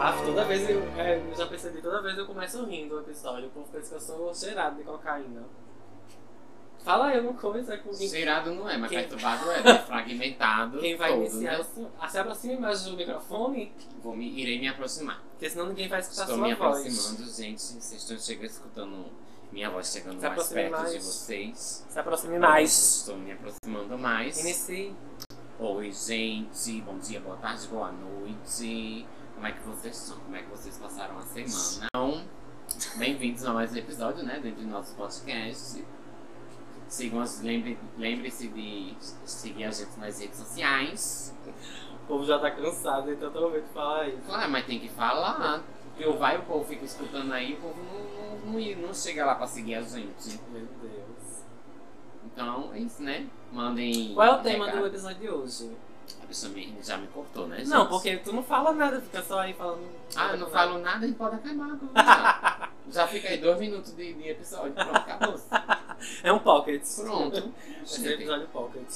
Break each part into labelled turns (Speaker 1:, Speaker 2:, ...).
Speaker 1: Ah, toda vez eu, é, eu já percebi, toda vez eu começo rindo o episódio. O povo pensa que eu sou cheirado de cocaína. Fala aí alguma coisa com quem,
Speaker 2: Cheirado não é, mas
Speaker 1: Quem-
Speaker 2: perturbado é. né? Fragmentado.
Speaker 1: quem vai
Speaker 2: todo,
Speaker 1: iniciar.
Speaker 2: né?
Speaker 1: isso. Ah, Se aproxime mais do microfone,
Speaker 2: Vou me, irei me aproximar.
Speaker 1: porque senão ninguém vai escutar
Speaker 2: Estou
Speaker 1: sua
Speaker 2: me
Speaker 1: voz.
Speaker 2: aproximando, gente. Vocês estão chegando, escutando minha voz chegando
Speaker 1: Se
Speaker 2: mais
Speaker 1: aproxime
Speaker 2: perto de
Speaker 1: mais.
Speaker 2: vocês.
Speaker 1: Se aproxime mais.
Speaker 2: Estou me aproximando mais.
Speaker 1: Inicie.
Speaker 2: Oi, gente. Bom dia, boa tarde, boa noite. Como é que vocês estão? Como é que vocês passaram a semana? Então, bem-vindos a mais um episódio, né? Dentro do nosso podcast. Sigam as- lembre- Lembre-se de seguir a gente nas redes sociais.
Speaker 1: O povo já tá cansado, então tô ouvindo falar isso.
Speaker 2: Claro, mas tem que falar. Porque ou vai, o povo fica escutando aí, o povo não, não, não, não chega lá pra seguir a gente.
Speaker 1: Meu Deus.
Speaker 2: Então, é isso, né? Mandem.
Speaker 1: Qual é o tema do
Speaker 2: recado.
Speaker 1: episódio de hoje?
Speaker 2: A pessoa me- já me cortou, né? gente?
Speaker 1: Não, porque tu não fala nada, fica só aí falando.
Speaker 2: Ah, eu não falo nada e pode acabar. não. Já, já fica aí dois minutos de, de episódio. Pronto, acabou.
Speaker 1: É um pocket.
Speaker 2: Pronto.
Speaker 1: Esse é o episódio pocket.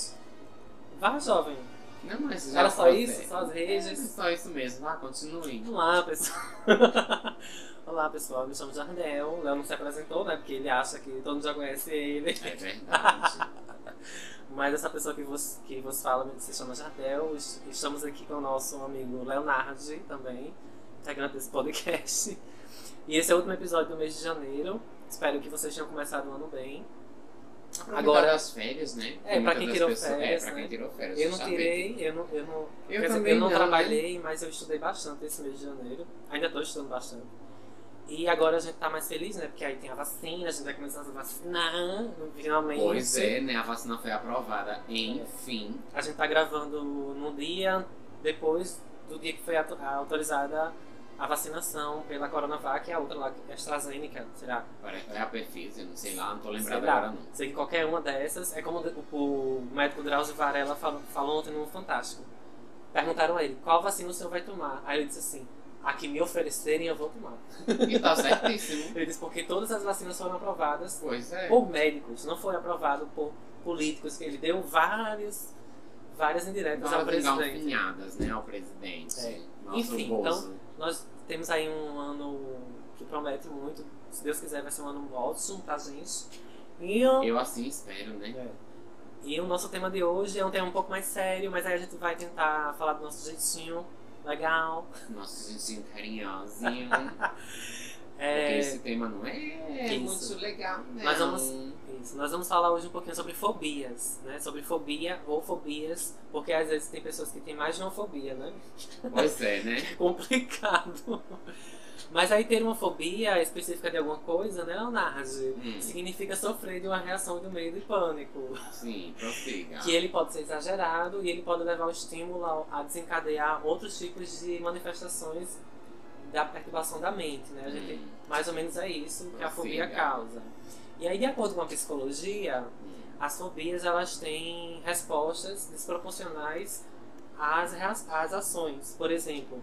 Speaker 1: Vá, jovem.
Speaker 2: Não, mas já
Speaker 1: Era só
Speaker 2: pode-
Speaker 1: isso? Só as
Speaker 2: É,
Speaker 1: redes?
Speaker 2: só isso mesmo. Vá, continue.
Speaker 1: Olá, pessoal. Olá, pessoal. Me chamo Jardel. O Léo não se apresentou, né? Porque ele acha que todo mundo já conhece ele.
Speaker 2: É verdade.
Speaker 1: Mas essa pessoa que vos, que vos fala se chama Jardel. Es- Estamos aqui com o nosso amigo Leonardo também, integrante desse podcast. E esse é o último episódio do mês de janeiro. Espero que vocês tenham começado o ano bem.
Speaker 2: Agora as férias, né?
Speaker 1: É, pra
Speaker 2: Muitas
Speaker 1: quem
Speaker 2: das
Speaker 1: tirou
Speaker 2: pessoas-
Speaker 1: férias,
Speaker 2: É, pra
Speaker 1: né?
Speaker 2: quem tirou férias.
Speaker 1: Eu não
Speaker 2: sabe.
Speaker 1: tirei, eu não, eu não,
Speaker 2: Eu
Speaker 1: quer dizer,
Speaker 2: também
Speaker 1: eu não,
Speaker 2: não,
Speaker 1: trabalhei, mas eu estudei bastante esse mês de janeiro. Ainda estou estudando bastante. E agora a gente tá mais feliz, né? Porque aí tem a vacina, a gente vai começar a se vacinar, finalmente.
Speaker 2: Pois é, né? A vacina foi aprovada. Enfim.
Speaker 1: A gente tá gravando num dia depois do dia que foi ato- a- autorizada a vacinação pela Coronavac e a outra lá, que é AstraZeneca, será?
Speaker 2: Parece que é a perfície, não sei lá, não tô
Speaker 1: Sei
Speaker 2: lembrado
Speaker 1: lá.
Speaker 2: agora não.
Speaker 1: Sei que qualquer uma dessas, é como o, o médico Drauzio Varela falou, falou ontem no Fantástico. Perguntaram a ele, qual vacina o senhor vai tomar? Aí ele disse assim, a que me oferecerem eu vou tomar.
Speaker 2: E tá certíssimo.
Speaker 1: Ele disse, porque todas as vacinas foram aprovadas
Speaker 2: Pois é.
Speaker 1: por médicos, não foi aprovado por políticos, que ele deu vários, várias indiretas ao
Speaker 2: Várias
Speaker 1: presidente.
Speaker 2: engalfinhadas, né? Ao presidente.
Speaker 1: É.
Speaker 2: Nosso
Speaker 1: Enfim, então,
Speaker 2: Bozo.
Speaker 1: Nós temos aí um ano que promete muito. Se Deus quiser, vai ser um ano ótimo pra gente. E, o-
Speaker 2: Eu assim espero, né?
Speaker 1: É. e o nosso tema de hoje é um tema um pouco mais sério, mas aí a gente vai tentar falar do nosso jeitinho legal.
Speaker 2: Nosso jeitinho carinhosinho. né, Porque
Speaker 1: É,
Speaker 2: esse tema não é
Speaker 1: Isso.
Speaker 2: muito legal, né?
Speaker 1: Mas vamos- isso. Nós vamos falar hoje um pouquinho sobre fobias, né? Sobre fobia ou fobias, porque às vezes tem pessoas que têm mais de uma fobia, né?
Speaker 2: Pois é, né?
Speaker 1: É complicado. Mas aí ter uma fobia específica de alguma coisa, né, Leonardo?
Speaker 2: Hum,
Speaker 1: Significa sofrer de uma reação de medo e pânico.
Speaker 2: sim, prossiga.
Speaker 1: Que é, ele pode ser exagerado e ele pode levar o estímulo ao- a desencadear outros tipos de manifestações da perturbação da mente, né? A gente,
Speaker 2: Hum,
Speaker 1: mais ou menos é isso que a
Speaker 2: Prossiga.
Speaker 1: fobia causa. E aí, de acordo com a psicologia,
Speaker 2: hum.
Speaker 1: as fobias elas têm respostas desproporcionais às, rea- às ações. Por exemplo,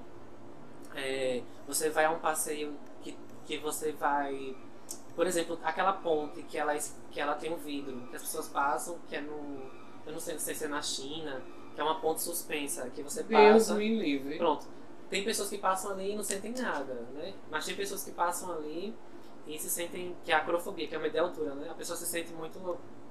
Speaker 1: é, você vai a um passeio que, que você vai. Por exemplo, aquela ponte que ela, es- que ela tem um vidro, que as pessoas passam, que é no. Eu não sei, não sei se é na China, que é uma ponte suspensa, que você
Speaker 2: Deus
Speaker 1: passa.
Speaker 2: me livre.
Speaker 1: Pronto. Tem pessoas que passam ali e não sentem nada, né? Mas tem pessoas que passam ali e se sentem que é a acrofobia, que é o medo de altura, né? A pessoa se sente muito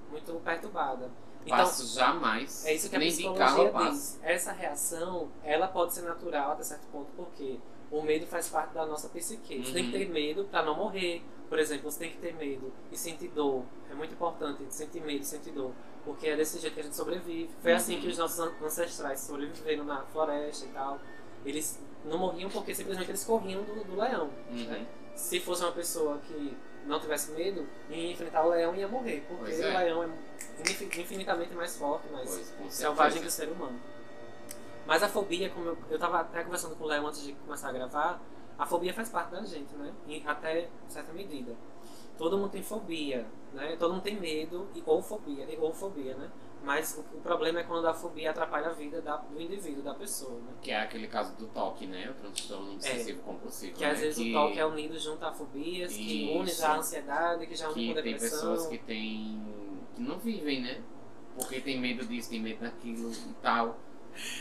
Speaker 1: muito perturbada. Então,
Speaker 2: Passo jamais.
Speaker 1: é isso que a
Speaker 2: Nem de carro eu
Speaker 1: psicologia
Speaker 2: passo.
Speaker 1: diz. Essa reação, ela pode ser natural até certo ponto, porque o medo faz parte da nossa psique. Você tem que
Speaker 2: Uhum.
Speaker 1: ter medo para não morrer. Por exemplo, você tem que ter medo e sentir dor. É muito importante sentir medo e sentir dor, porque é desse jeito que a gente sobrevive. Foi assim
Speaker 2: Uhum.
Speaker 1: que os nossos an- ancestrais sobreviveram na floresta e tal. Eles não morriam porque simplesmente eles corriam do, do leão. né?
Speaker 2: Uhum.
Speaker 1: Se fosse uma pessoa que não tivesse medo, ia enfrentar o leão e ia morrer, porque
Speaker 2: Pois é.
Speaker 1: o leão é infi- infinitamente mais forte, mais
Speaker 2: Pois, com
Speaker 1: selvagem do ser
Speaker 2: certeza.
Speaker 1: humano. Mas a fobia, como eu, eu tava até conversando com o Léo antes de começar a gravar, a fobia faz parte da gente, né? E até certa medida. Todo mundo tem fobia, né? Todo mundo tem medo e, ou fobia, e- ou fobia, né? Mas o, o problema é quando a fobia atrapalha a vida da- do indivíduo, da pessoa, né?
Speaker 2: Que é aquele caso do toque, né? O transtorno obsessivo compulsivo.
Speaker 1: É, Que
Speaker 2: né?
Speaker 1: às vezes
Speaker 2: que,
Speaker 1: o toque é unido junto a fobias, que une
Speaker 2: Isso.
Speaker 1: já a ansiedade, que já une
Speaker 2: que
Speaker 1: com
Speaker 2: tem
Speaker 1: depressão.
Speaker 2: pessoas que têm. que não vivem, né? Porque tem medo disso, tem medo daquilo e tal.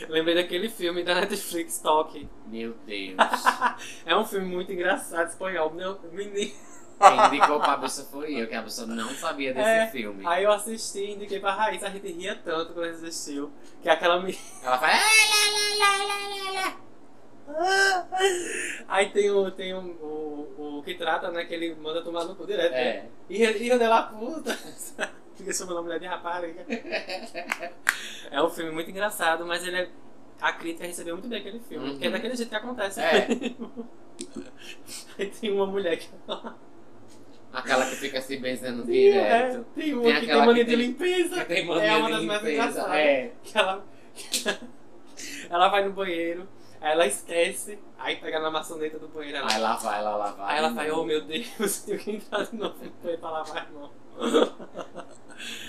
Speaker 1: Lembrei daquele filme da Netflix, Toque.
Speaker 2: Meu Deus.
Speaker 1: É um filme muito engraçado, espanhol. Meu, menino.
Speaker 2: Quem indicou pra pessoa foi eu, que a pessoa não sabia desse
Speaker 1: É,
Speaker 2: filme.
Speaker 1: Aí eu assisti e indiquei pra Raíssa, a gente ria tanto quando assistiu. Que aquela menina.
Speaker 2: Ela fala. "Ah, lá, lá, lá, lá, lá, lá."
Speaker 1: Aí tem o, tem o, o, o que trata, né? Que ele manda tomar no cu direto. né?
Speaker 2: É.
Speaker 1: E Rio de la Puta. Fica chamando a mulher de rapariga. É um filme muito engraçado, mas ele é... A crítica recebeu muito bem aquele filme.
Speaker 2: Uhum.
Speaker 1: Porque é daquele jeito que acontece.
Speaker 2: É.
Speaker 1: Aí tem uma mulher que...
Speaker 2: Aquela que fica se benzendo
Speaker 1: É,
Speaker 2: direto.
Speaker 1: tem uma
Speaker 2: Tem
Speaker 1: que tem
Speaker 2: aquela
Speaker 1: mania
Speaker 2: que
Speaker 1: de
Speaker 2: tem-
Speaker 1: limpeza.
Speaker 2: Que tem
Speaker 1: É
Speaker 2: mania
Speaker 1: uma das
Speaker 2: de
Speaker 1: mais
Speaker 2: limpeza.
Speaker 1: engraçadas.
Speaker 2: É.
Speaker 1: Que ela... ela vai no banheiro, aí ela esquece, aí pega na maçaneta do banheiro. Ela...
Speaker 2: Aí lá vai, lá, lá vai.
Speaker 1: Aí ela fala,
Speaker 2: falou
Speaker 1: oh meu Deus, tenho que entrar de novo no banheiro pra lavar não.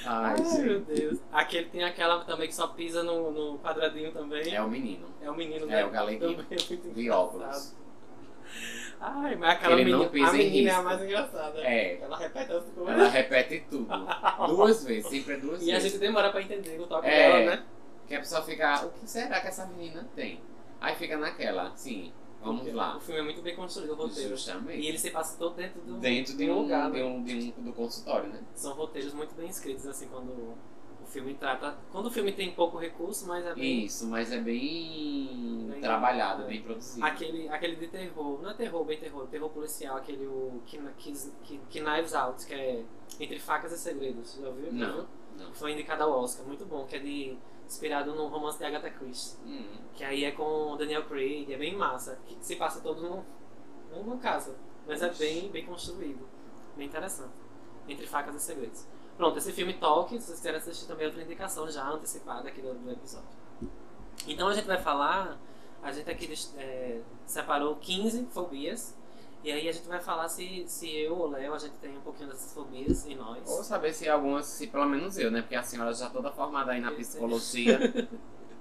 Speaker 2: Ai,
Speaker 1: Ai, meu
Speaker 2: gente.
Speaker 1: Deus. Aquele tem aquela também que só pisa no, no quadradinho também.
Speaker 2: É o menino.
Speaker 1: É o menino, né?
Speaker 2: É o galeguinho.
Speaker 1: Também é muito
Speaker 2: De
Speaker 1: engraçado.
Speaker 2: óculos.
Speaker 1: Ai, mas aquela
Speaker 2: Ele não
Speaker 1: menina,
Speaker 2: pisa
Speaker 1: a
Speaker 2: em
Speaker 1: menina é a
Speaker 2: risco.
Speaker 1: mais engraçada.
Speaker 2: É.
Speaker 1: Ela repete as coisas.
Speaker 2: Ela repete tudo. Duas vezes, sempre é duas
Speaker 1: E a
Speaker 2: vezes.
Speaker 1: gente demora pra entender o toque
Speaker 2: É.
Speaker 1: dela, né?
Speaker 2: Que a pessoa fica, o que será que essa menina tem? Aí fica naquela, sim, vamos
Speaker 1: O
Speaker 2: lá.
Speaker 1: filme é muito bem construído, o roteiro. E
Speaker 2: Justamente.
Speaker 1: ele se passa todo dentro do...
Speaker 2: Dentro de
Speaker 1: do
Speaker 2: um,
Speaker 1: lugar,
Speaker 2: de
Speaker 1: né?
Speaker 2: um, de um do consultório, né?
Speaker 1: São roteiros muito bem escritos, assim, quando o filme trata... Quando o filme tem pouco recurso, mas é bem...
Speaker 2: Isso, mas é bem,
Speaker 1: Bem-
Speaker 2: trabalhado,
Speaker 1: é.
Speaker 2: bem produzido.
Speaker 1: Aquele, aquele de terror, não é terror, bem terror, terror policial, aquele o, que, que- que, que Knives Out, que é Entre Facas e Segredos, já ouviu?
Speaker 2: Não, não.
Speaker 1: Foi indicado ao Oscar, muito bom, que é de, inspirado no romance de Agatha Christie,
Speaker 2: Hum,
Speaker 1: que aí é com o Daniel Craig, é bem massa, que se passa todo num, numa casa, mas é bem, bem construído, bem interessante, Entre Facas e Segredos. Pronto, esse filme Talk, se vocês quiserem assistir também é outra indicação já antecipada aqui do, do episódio. Então a gente vai falar, a gente aqui é, separou 15 fobias, e aí a gente vai falar se, se eu ou Léo, a gente tem um pouquinho dessas fobias em nós.
Speaker 2: Ou saber se algumas, se pelo menos eu, né? Porque a senhora já toda formada aí na
Speaker 1: Eu sei.
Speaker 2: psicologia.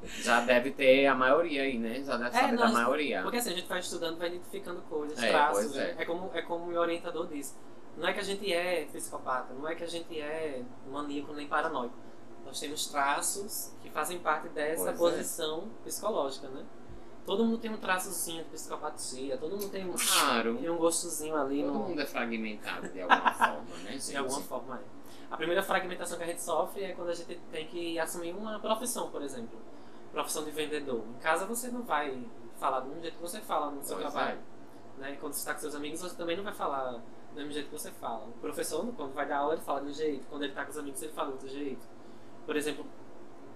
Speaker 2: já deve ter a maioria aí, né? Já deve
Speaker 1: É,
Speaker 2: saber da
Speaker 1: nós-
Speaker 2: maioria.
Speaker 1: Porque assim, a gente vai estudando, vai identificando coisas,
Speaker 2: É,
Speaker 1: traços.
Speaker 2: pois é.
Speaker 1: né? É. como, é como o meu orientador disse. Não é que a gente é psicopata, não é que a gente é maníaco nem paranoico. Nós temos traços que fazem parte dessa
Speaker 2: Pois é.
Speaker 1: posição psicológica, né? Todo mundo tem um traçozinho de psicopatia, todo mundo tem um,
Speaker 2: Claro.
Speaker 1: tem um gostozinho ali
Speaker 2: Todo
Speaker 1: no,
Speaker 2: mundo é fragmentado de alguma forma, né, gente?
Speaker 1: de alguma forma. É. A primeira fragmentação que a gente sofre é quando a gente tem que assumir uma profissão, por exemplo. Profissão de vendedor. Em casa você não vai falar do mesmo jeito que você fala no seu
Speaker 2: Pois é.
Speaker 1: trabalho. Né? Quando você está com seus amigos, você também não vai falar do mesmo jeito que você fala. O professor, quando vai dar aula, ele fala de um jeito. Quando ele está com os amigos, ele fala de outro jeito. Por exemplo,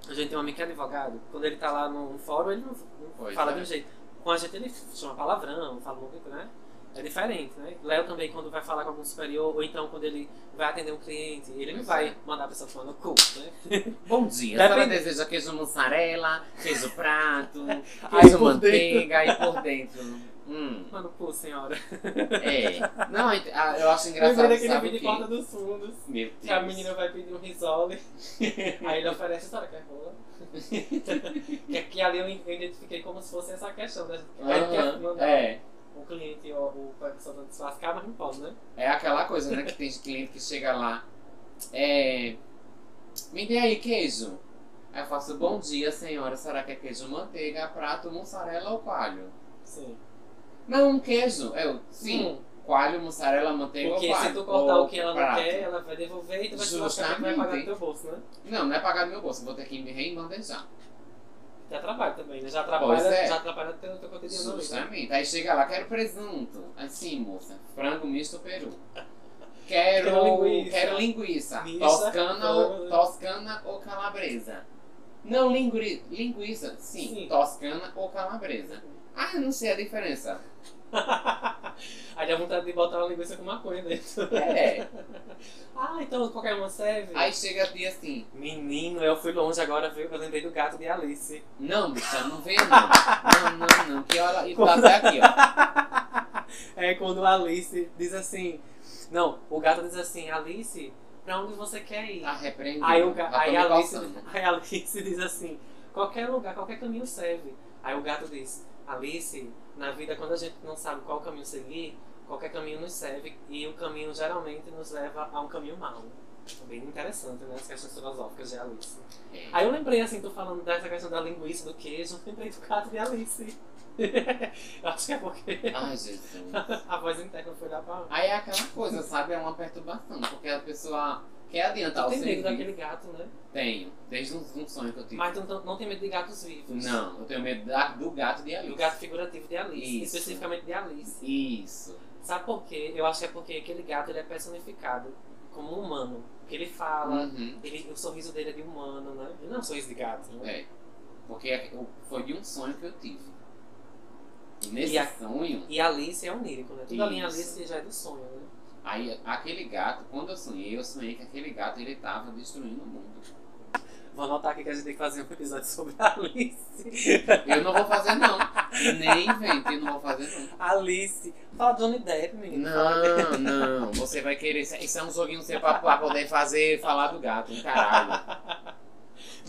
Speaker 1: a gente tem um amigo que é advogado. Quando ele está lá no fórum, ele não, não
Speaker 2: Pois
Speaker 1: fala
Speaker 2: é.
Speaker 1: de um jeito. Com a gente, ele chama palavrão, fala um pouco, né? É diferente, né? Léo também, quando vai falar com algum superior, ou então quando ele vai atender um cliente, ele não
Speaker 2: Pois
Speaker 1: vai
Speaker 2: é.
Speaker 1: mandar a pessoa tomar no cu, né?
Speaker 2: Bom dia,
Speaker 1: Depende-
Speaker 2: a senhora deseja queijo mussarela, queijo prato,
Speaker 1: Aí
Speaker 2: queijo
Speaker 1: por
Speaker 2: manteiga e por dentro. Hum,
Speaker 1: Tomar no cu, senhora. é
Speaker 2: é. Não, ent- ah, eu acho
Speaker 1: Lembrei
Speaker 2: engraçado,
Speaker 1: daquele
Speaker 2: sabe
Speaker 1: vídeo
Speaker 2: o
Speaker 1: de Porta
Speaker 2: quê?
Speaker 1: dos Fundos,
Speaker 2: Meu
Speaker 1: que a
Speaker 2: Deus.
Speaker 1: menina vai pedir um risole, aí ele oferece, senhora quer rola? que aqui ali eu identifiquei como se fosse essa questão, né? Aí quer
Speaker 2: Aham,
Speaker 1: mandar
Speaker 2: É.
Speaker 1: o cliente ou o pessoa desfascar, mas não pode, né?
Speaker 2: É aquela coisa, né? Que tem cliente que chega lá. É. Me dê aí queijo. Aí eu faço, bom dia, senhora. Será que é queijo manteiga, prato, mussarela ou coalho?
Speaker 1: Sim.
Speaker 2: Não, um queijo. Eu, sim,
Speaker 1: Hum,
Speaker 2: coalho, mussarela, manteiga ou
Speaker 1: Porque
Speaker 2: coalho.
Speaker 1: se tu cortar
Speaker 2: Ou
Speaker 1: o que ela não
Speaker 2: prato.
Speaker 1: quer, ela vai devolver e tu vai se lascar, vai
Speaker 2: Justamente.
Speaker 1: pagar no teu bolso, né?
Speaker 2: Não, não é pagar do meu bolso, vou ter que me reembandejar.
Speaker 1: Dá trabalho também, né? Já atrapalha,
Speaker 2: Pois é.
Speaker 1: já atrapalha teu, teu cotidiano ali, né?
Speaker 2: Justamente. Aí chega lá, quero presunto. Assim, moça, frango misto ou peru. Quero,
Speaker 1: Quero
Speaker 2: quero
Speaker 1: linguiça.
Speaker 2: linguiça.
Speaker 1: Mista,
Speaker 2: toscana, ou,
Speaker 1: frango.
Speaker 2: toscana ou calabresa. Não, lingui, linguiça. Sim,
Speaker 1: Sim.
Speaker 2: toscana ou calabresa. Ah, eu não sei a diferença.
Speaker 1: Aí dá vontade de botar uma linguiça com maconha dentro.
Speaker 2: É.
Speaker 1: Ah, então qualquer uma serve?
Speaker 2: Aí chega a tia assim.
Speaker 1: Menino, eu fui longe agora, viu? Eu lembrei do gato de Alice.
Speaker 2: Não, bicha, não vê não. Não, não, não. Que hora. E tá até aqui, ó.
Speaker 1: É quando a Alice diz assim. Não, o gato diz assim, Alice, pra onde você quer ir?
Speaker 2: Tá repreendendo.
Speaker 1: Aí, o ga-
Speaker 2: Já tô
Speaker 1: aí
Speaker 2: me né?
Speaker 1: a Alice,
Speaker 2: coçando.
Speaker 1: aí a Alice diz assim: qualquer lugar, qualquer caminho serve. Aí o gato diz: Alice, na vida, quando a gente não sabe qual caminho seguir, qualquer caminho nos serve. E o caminho geralmente nos leva a um caminho mau. Bem interessante, né? As questões filosóficas de Alice.
Speaker 2: É.
Speaker 1: Aí eu lembrei, assim, tô falando dessa questão da linguiça, do queijo, eu lembrei do caso de Alice. eu acho que é porque
Speaker 2: Ai, Jesus.
Speaker 1: a voz interna foi dar pra.
Speaker 2: Aí é aquela coisa, sabe? É uma perturbação, porque a pessoa quer adiantar
Speaker 1: Tu
Speaker 2: o
Speaker 1: tem medo
Speaker 2: serviço.
Speaker 1: daquele gato, né?
Speaker 2: Tenho, desde um, um sonho que eu tive.
Speaker 1: Mas tu não, não tem medo de gatos vivos.
Speaker 2: Não, eu tenho medo da- do gato de Alice.
Speaker 1: Do gato figurativo de Alice,
Speaker 2: Isso.
Speaker 1: especificamente de Alice.
Speaker 2: Isso.
Speaker 1: Sabe por quê? Eu acho que é porque aquele gato ele é personificado como um humano. Porque ele fala,
Speaker 2: Uhum.
Speaker 1: ele, o sorriso dele é de humano, né? Ele não é um sorriso de gato, né?
Speaker 2: É. Porque eu- foi de um sonho que eu tive. E nesse
Speaker 1: E a-
Speaker 2: sonho,
Speaker 1: E Alice é onírico, né? Tudo ali em
Speaker 2: Isso.
Speaker 1: Alice já é do sonho, né?
Speaker 2: aí aquele gato, quando eu sonhei, eu sonhei que aquele gato ele tava destruindo o mundo.
Speaker 1: Vou anotar aqui que a gente tem que fazer um episódio sobre Alice.
Speaker 2: Eu não vou fazer não. Nem inventei, não vou fazer não.
Speaker 1: Alice. Fala Johnny Depp, menino.
Speaker 2: Não, não. Você vai querer. Isso é um joguinho seu pra, pra poder fazer falar do gato, um caralho.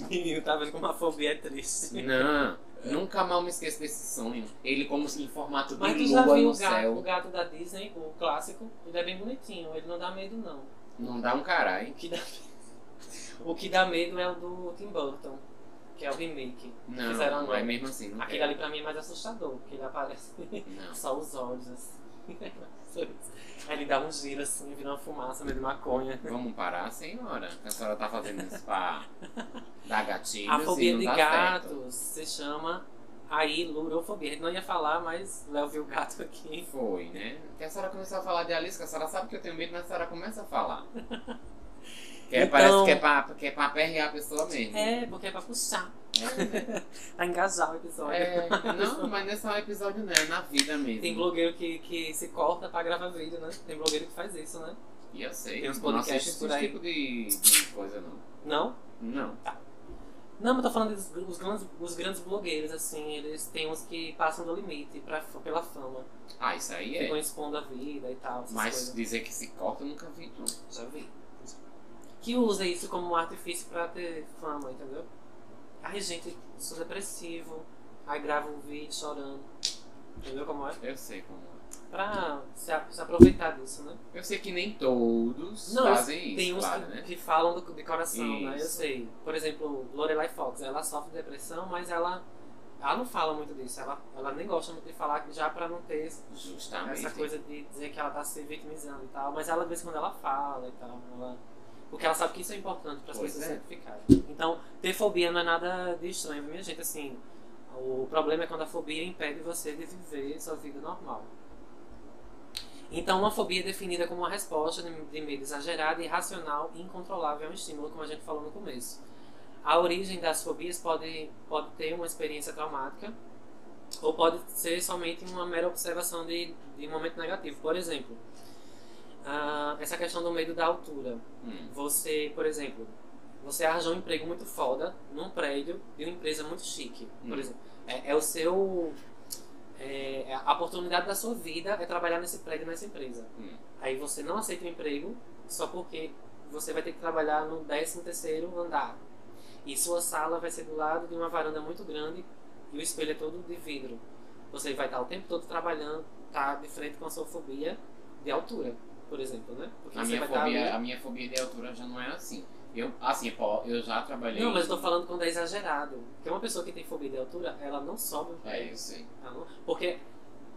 Speaker 1: Menino, tá vendo como a fobia é triste.
Speaker 2: Não. Nunca mal me esqueço desse sonho. Ele como se em formato
Speaker 1: Mas tu
Speaker 2: de
Speaker 1: já
Speaker 2: lua
Speaker 1: viu
Speaker 2: no
Speaker 1: o gato, o
Speaker 2: céu.
Speaker 1: gato da Disney, o clássico? Ele é bem bonitinho, ele não dá medo, não.
Speaker 2: Não dá um caralho.
Speaker 1: O que dá, o que dá medo é o do Tim Burton, que é o remake. Fizeram
Speaker 2: Não,
Speaker 1: um-
Speaker 2: mas mesmo assim. Não
Speaker 1: Aquele
Speaker 2: quero.
Speaker 1: ali pra mim é mais assustador, porque ele aparece
Speaker 2: Não.
Speaker 1: só os olhos, assim. Aí ele dá um giro assim, vira uma fumaça meio de maconha.
Speaker 2: Vamos parar, senhora. A senhora tá fazendo isso pra dar gatilhos
Speaker 1: A fobia
Speaker 2: e não
Speaker 1: de
Speaker 2: dá
Speaker 1: gatos
Speaker 2: certo.
Speaker 1: se chama aí lurofobia. A gente não ia falar, mas Léo viu o gato aqui.
Speaker 2: Foi, né? Que a senhora começou a falar de Alice, que a senhora sabe que eu tenho medo, mas a senhora começa a falar. Que é,
Speaker 1: Então-
Speaker 2: parece que é pra, que é pra aperrear a pessoa mesmo.
Speaker 1: É, porque é pra puxar,
Speaker 2: É,
Speaker 1: pra engajar o episódio.
Speaker 2: é, não, mas não é só um episódio, né? É na vida mesmo.
Speaker 1: Tem blogueiro que, que se corta pra gravar vídeo, né? Tem blogueiro que faz isso, né?
Speaker 2: E eu sei.
Speaker 1: Tem uns
Speaker 2: não
Speaker 1: podcasts
Speaker 2: assisto
Speaker 1: por
Speaker 2: esse
Speaker 1: aí.
Speaker 2: tipo de, de coisa, não.
Speaker 1: Não?
Speaker 2: Não.
Speaker 1: Não, mas eu tô falando dos os grandes, os grandes blogueiros, assim, eles têm uns que passam do limite pra, pela fama.
Speaker 2: Ah, isso aí
Speaker 1: Ficam
Speaker 2: é.
Speaker 1: expondo a vida e tal, essas
Speaker 2: Mas
Speaker 1: coisas.
Speaker 2: dizer que se corta, eu nunca vi, não.
Speaker 1: Já vi. Que usa isso como um artifício pra ter fama, entendeu? Ai, gente, sou depressivo. Aí grava um vídeo chorando. Entendeu como é?
Speaker 2: Eu sei como é.
Speaker 1: Pra se, a- se aproveitar disso, né?
Speaker 2: Eu sei que nem todos
Speaker 1: Não,
Speaker 2: fazem isso,
Speaker 1: Tem uns
Speaker 2: claro,
Speaker 1: que,
Speaker 2: né?
Speaker 1: que falam do- de coração, né? Eu
Speaker 2: Isso.
Speaker 1: sei. Por exemplo, Lorelai Fox, ela sofre de depressão, mas ela, ela não fala muito disso. Ela, ela nem gosta muito de falar já pra não ter
Speaker 2: Justamente.
Speaker 1: essa coisa de dizer que ela tá se vitimizando e tal. Mas ela, de vez em quando, ela fala e tal. Ela... Porque ela sabe que isso é importante para as
Speaker 2: Pois
Speaker 1: pessoas
Speaker 2: é.
Speaker 1: identificarem. Então, ter fobia não é nada de estranho, minha gente. Assim, o problema é quando a fobia impede você de viver sua vida normal. Então, uma fobia é definida como uma resposta de, de medo exagerada, irracional e incontrolável a um estímulo, como a gente falou no começo. A origem das fobias pode, pode ter uma experiência traumática ou pode ser somente uma mera observação de, de um momento negativo. Por exemplo, ah, essa questão do medo da altura.
Speaker 2: Hum,
Speaker 1: Você, por exemplo, você arranjou um emprego muito foda num prédio de uma empresa muito chique. Por
Speaker 2: Hum.
Speaker 1: exemplo, é, é o seu. é, é a oportunidade da sua vida é trabalhar nesse prédio, nessa empresa.
Speaker 2: hum.
Speaker 1: Aí você não aceita o emprego só porque você vai ter que trabalhar no 13 terceiro andar. E sua sala vai ser do lado de uma varanda muito grande e o espelho é todo de vidro. Você vai estar o tempo todo trabalhando, tá de frente com a sua fobia de altura, por exemplo, né? Porque
Speaker 2: A
Speaker 1: você
Speaker 2: minha,
Speaker 1: vai estar ali-
Speaker 2: fobia, a minha fobia de altura já não é assim. Eu, assim, pô, eu já trabalhei.
Speaker 1: Não, mas eu tô falando quando é exagerado. Porque uma pessoa que tem fobia de altura, ela não sobe.
Speaker 2: É, eu sei.
Speaker 1: Ela não- Porque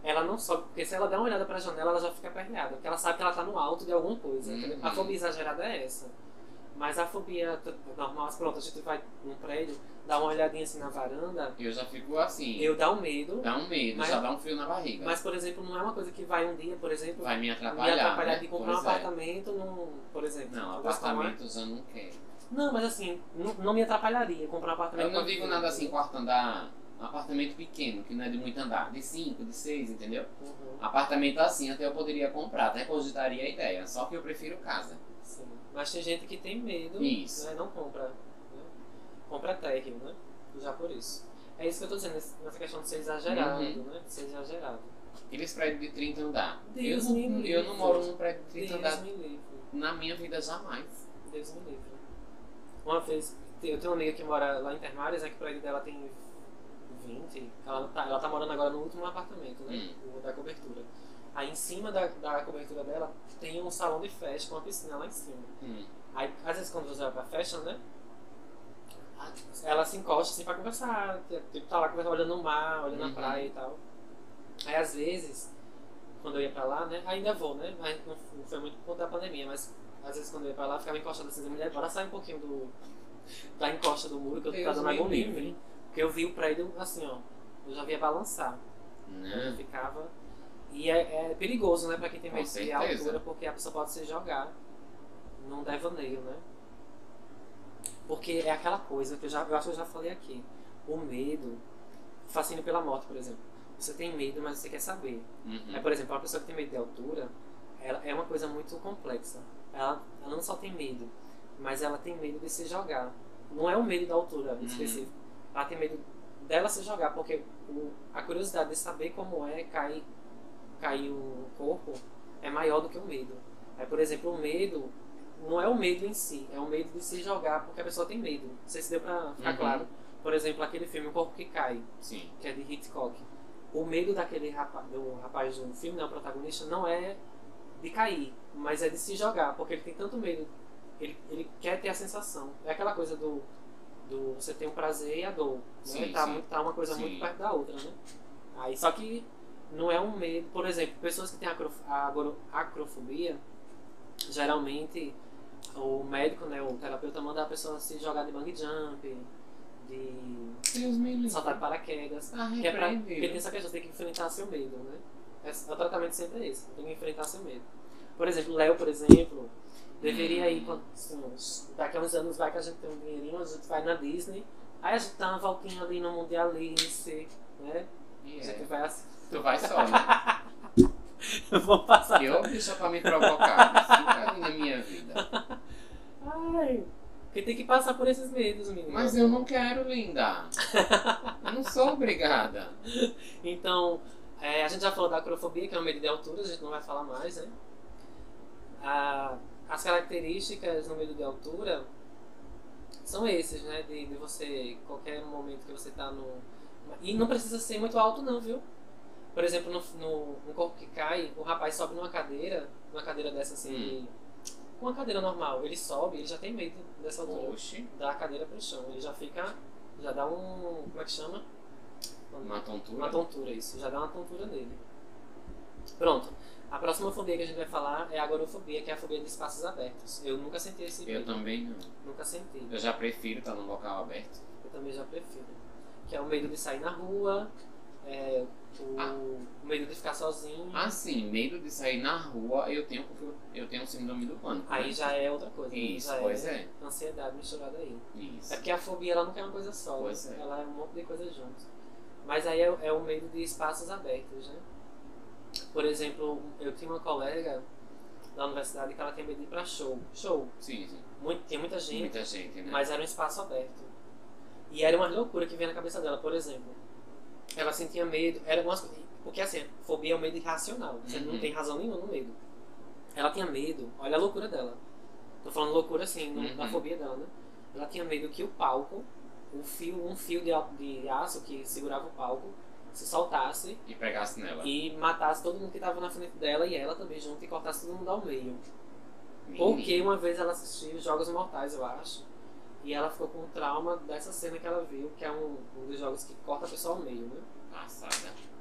Speaker 1: ela não sobe. Porque se ela der uma olhada pra janela, ela já fica aperreada. Porque ela sabe que ela tá no alto de alguma coisa.
Speaker 2: Uhum.
Speaker 1: entendeu? A fobia exagerada é essa. Mas a fobia t- normal, pronto, a gente vai num prédio, dá uma olhadinha assim na varanda,
Speaker 2: Eu já fico assim.
Speaker 1: eu dá um medo.
Speaker 2: Dá um medo,
Speaker 1: Mas-
Speaker 2: já dá um frio na barriga.
Speaker 1: Mas, por exemplo, não é uma coisa que vai um dia, por exemplo,
Speaker 2: Vai me
Speaker 1: me
Speaker 2: atrapalhar.
Speaker 1: atrapalhar
Speaker 2: né?
Speaker 1: de comprar um
Speaker 2: Pois é.
Speaker 1: apartamento, num, por exemplo.
Speaker 2: Não,
Speaker 1: Eu gosto de tomar-
Speaker 2: apartamento eu já não quero.
Speaker 1: Não, mas assim, não, não me atrapalharia comprar um apartamento.
Speaker 2: Eu não
Speaker 1: pra-
Speaker 2: digo nada assim, quarto andar. Um apartamento pequeno, que não é de muito andar. De cinco, de seis, entendeu?
Speaker 1: Uhum.
Speaker 2: Apartamento assim até eu poderia comprar, até cogitaria a ideia. Só que eu prefiro casa.
Speaker 1: Sim. Mas tem gente que tem medo,
Speaker 2: Isso.
Speaker 1: né? Não compra. Né? Compra térreo, né? Já por isso. É isso que eu tô dizendo, nesse- nessa questão de ser exagerado,
Speaker 2: Uhum.
Speaker 1: né? De ser exagerado.
Speaker 2: Aqueles prédios de 30 andar.
Speaker 1: Deus
Speaker 2: eu,
Speaker 1: me
Speaker 2: não, eu
Speaker 1: livre.
Speaker 2: não moro num prédio de 30
Speaker 1: Deus
Speaker 2: andar
Speaker 1: me livre.
Speaker 2: na minha vida jamais.
Speaker 1: Deus me livre. Uma vez, te- eu tenho uma amiga que mora lá em Termares, né? Que o prédio dela tem 20. Ela tá, ela tá morando agora no último apartamento, né? O Da cobertura. Aí em cima da, da cobertura dela tem um salão de festa com uma piscina lá em cima.
Speaker 2: Hum.
Speaker 1: Aí, às vezes quando você vai pra festa, né? Ah, tipo, Ela se encosta assim pra conversar. Tipo, tá lá conversando, olhando no mar, olhando
Speaker 2: Uhum.
Speaker 1: na praia e tal. Aí às vezes, quando eu ia pra lá, né? Ainda vou, né? Mas não f- não foi muito por conta da pandemia, mas às vezes quando eu ia pra lá, eu ficava encostando assim, mulher, bora sair um pouquinho do. da encosta do muro, que eu tô
Speaker 2: Deus
Speaker 1: dando
Speaker 2: me
Speaker 1: algum
Speaker 2: livre.
Speaker 1: livre. Porque eu vi o prédio assim, ó. Eu já via balançar. Eu
Speaker 2: Né?
Speaker 1: ficava. E é, é perigoso, né, pra quem tem
Speaker 2: Com
Speaker 1: medo de
Speaker 2: certeza.
Speaker 1: altura, porque a pessoa pode se jogar num devaneio, né? Porque é aquela coisa que eu, já, eu acho que eu já falei aqui. O medo, fascínio pela morte, por exemplo. Você tem medo, mas você quer saber.
Speaker 2: Uhum.
Speaker 1: É, por exemplo, uma pessoa que tem medo de altura, ela é uma coisa muito complexa. Ela, ela não só tem medo, mas ela tem medo de se jogar. Não é o medo da altura em
Speaker 2: Uhum.
Speaker 1: específico. Ela tem medo dela se jogar, porque o- a curiosidade de saber como é cair, cair o corpo é maior do que o medo. É, por exemplo, o medo não é o medo em si, é o medo de se jogar porque a pessoa tem medo. Não sei se deu pra ficar
Speaker 2: Uhum.
Speaker 1: claro. Por exemplo, aquele filme O Corpo que Cai
Speaker 2: Sim.
Speaker 1: que é de Hitchcock. O medo daquele rapaz, do rapaz do filme, né, o protagonista, não é de cair, mas é de se jogar, porque ele tem tanto medo. Ele, ele quer ter a sensação. É aquela coisa do, do você tem o prazer e a dor. Né?
Speaker 2: Sim,
Speaker 1: tá,
Speaker 2: sim.
Speaker 1: muito- tá uma coisa
Speaker 2: Sim.
Speaker 1: muito perto da outra, né? Aí, só que não é um medo. Por exemplo, pessoas que têm acro, agoro- acrofobia, geralmente o médico, né, o terapeuta manda a pessoa se jogar de bang jump, de
Speaker 2: Deus me livre.
Speaker 1: saltar de paraquedas.
Speaker 2: Ah,
Speaker 1: Que é pra, porque
Speaker 2: repreendido.
Speaker 1: tem essa questão, você tem que enfrentar seu medo, né? Esse- O tratamento sempre é esse, tem que enfrentar seu medo. Por exemplo, Léo, por exemplo, deveria ir quando, assim, uns- daqui a uns anos vai que a gente tem um dinheirinho, a gente vai na Disney, aí a gente dá uma voltinha ali no Mundialice, né?
Speaker 2: E
Speaker 1: A
Speaker 2: é.
Speaker 1: gente vai assim.
Speaker 2: Tu vai só, né?
Speaker 1: Vamos passar.
Speaker 2: Eu deixa pra me provocar. Isso tá ali na minha vida.
Speaker 1: Ai, porque tem que passar por esses medos, menino.
Speaker 2: Mas eu não quero, linda. Eu não sou obrigada.
Speaker 1: Então, é, a gente já falou da acrofobia, que é um medo de altura, a gente não vai falar mais, né? A- as características no medo de altura são esses, né? De, de você, qualquer momento que você tá no. E não precisa ser muito alto, não, viu? Por exemplo, no, no, no corpo que cai, o rapaz sobe numa cadeira, numa cadeira dessa assim, com uma cadeira normal. Ele sobe, ele já tem medo dessa altura.
Speaker 2: Oxe,
Speaker 1: Da cadeira pro chão, ele já fica. Já dá um. Como é que chama?
Speaker 2: uma tontura.
Speaker 1: Uma tontura, isso. Já dá uma tontura nele. Pronto. A próxima fobia que a gente vai falar é a agorofobia, que é a fobia de espaços abertos. Eu nunca senti esse
Speaker 2: Eu É.
Speaker 1: medo.
Speaker 2: também não.
Speaker 1: Nunca senti.
Speaker 2: Eu já prefiro estar num local aberto.
Speaker 1: Eu também já prefiro. Que é o medo de sair na rua, é, o,
Speaker 2: Ah.
Speaker 1: o medo de ficar sozinho.
Speaker 2: Assim, medo de sair na rua, eu tenho, eu tenho síndrome do pânico.
Speaker 1: Aí
Speaker 2: né?
Speaker 1: já é outra coisa. né?
Speaker 2: Isso,
Speaker 1: já
Speaker 2: pois
Speaker 1: é
Speaker 2: é.
Speaker 1: ansiedade misturada aí.
Speaker 2: Isso.
Speaker 1: É porque a fobia ela não é uma coisa só,
Speaker 2: Pois
Speaker 1: né?
Speaker 2: é.
Speaker 1: ela é um monte de coisa junto. Mas aí é, é o medo de espaços abertos, né? Por exemplo, eu tinha uma colega na universidade que ela tem medo de ir pra show. Show.
Speaker 2: Sim, sim.
Speaker 1: Muito, tinha muita gente,
Speaker 2: Muita gente, né?
Speaker 1: É. mas era um espaço aberto. E era uma loucura que vinha na cabeça dela, por exemplo. Ela sentia medo, era umas, porque assim, fobia é um medo irracional, você
Speaker 2: Uhum.
Speaker 1: não tem razão nenhuma no medo. Ela tinha medo, olha a loucura dela. Tô falando loucura assim, não- da
Speaker 2: Uhum.
Speaker 1: fobia dela, né? Ela tinha medo que o palco, o fio, um fio de, a- de aço que segurava o palco, se soltasse
Speaker 2: E pegasse nela.
Speaker 1: e matasse todo mundo que tava na frente dela e ela também junto e cortasse todo mundo ao meio. Porque
Speaker 2: Menino.
Speaker 1: uma vez ela assistiu Jogos Mortais, eu acho. E ela ficou com um trauma dessa cena que ela viu, que é um, um dos jogos que corta a pessoa ao meio, né?
Speaker 2: Passada.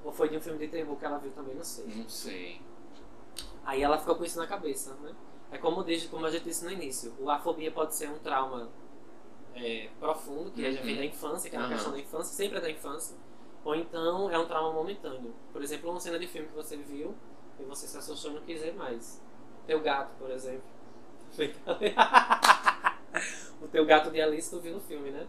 Speaker 1: Ou foi de um filme de terror que ela viu também, não sei.
Speaker 2: Não sei.
Speaker 1: Aí ela ficou com isso na cabeça, né? É como, desde, como a gente disse no início, o- a fobia pode ser um trauma é, profundo, que já vem
Speaker 2: Uhum.
Speaker 1: da infância, que é uma
Speaker 2: Aham.
Speaker 1: questão da infância, sempre é da infância. Ou então é um trauma momentâneo. Por exemplo, uma cena de filme que você viu e você se assustou e não quiser mais. Teu gato, por exemplo. o teu gato de Alice tu viu no filme, né?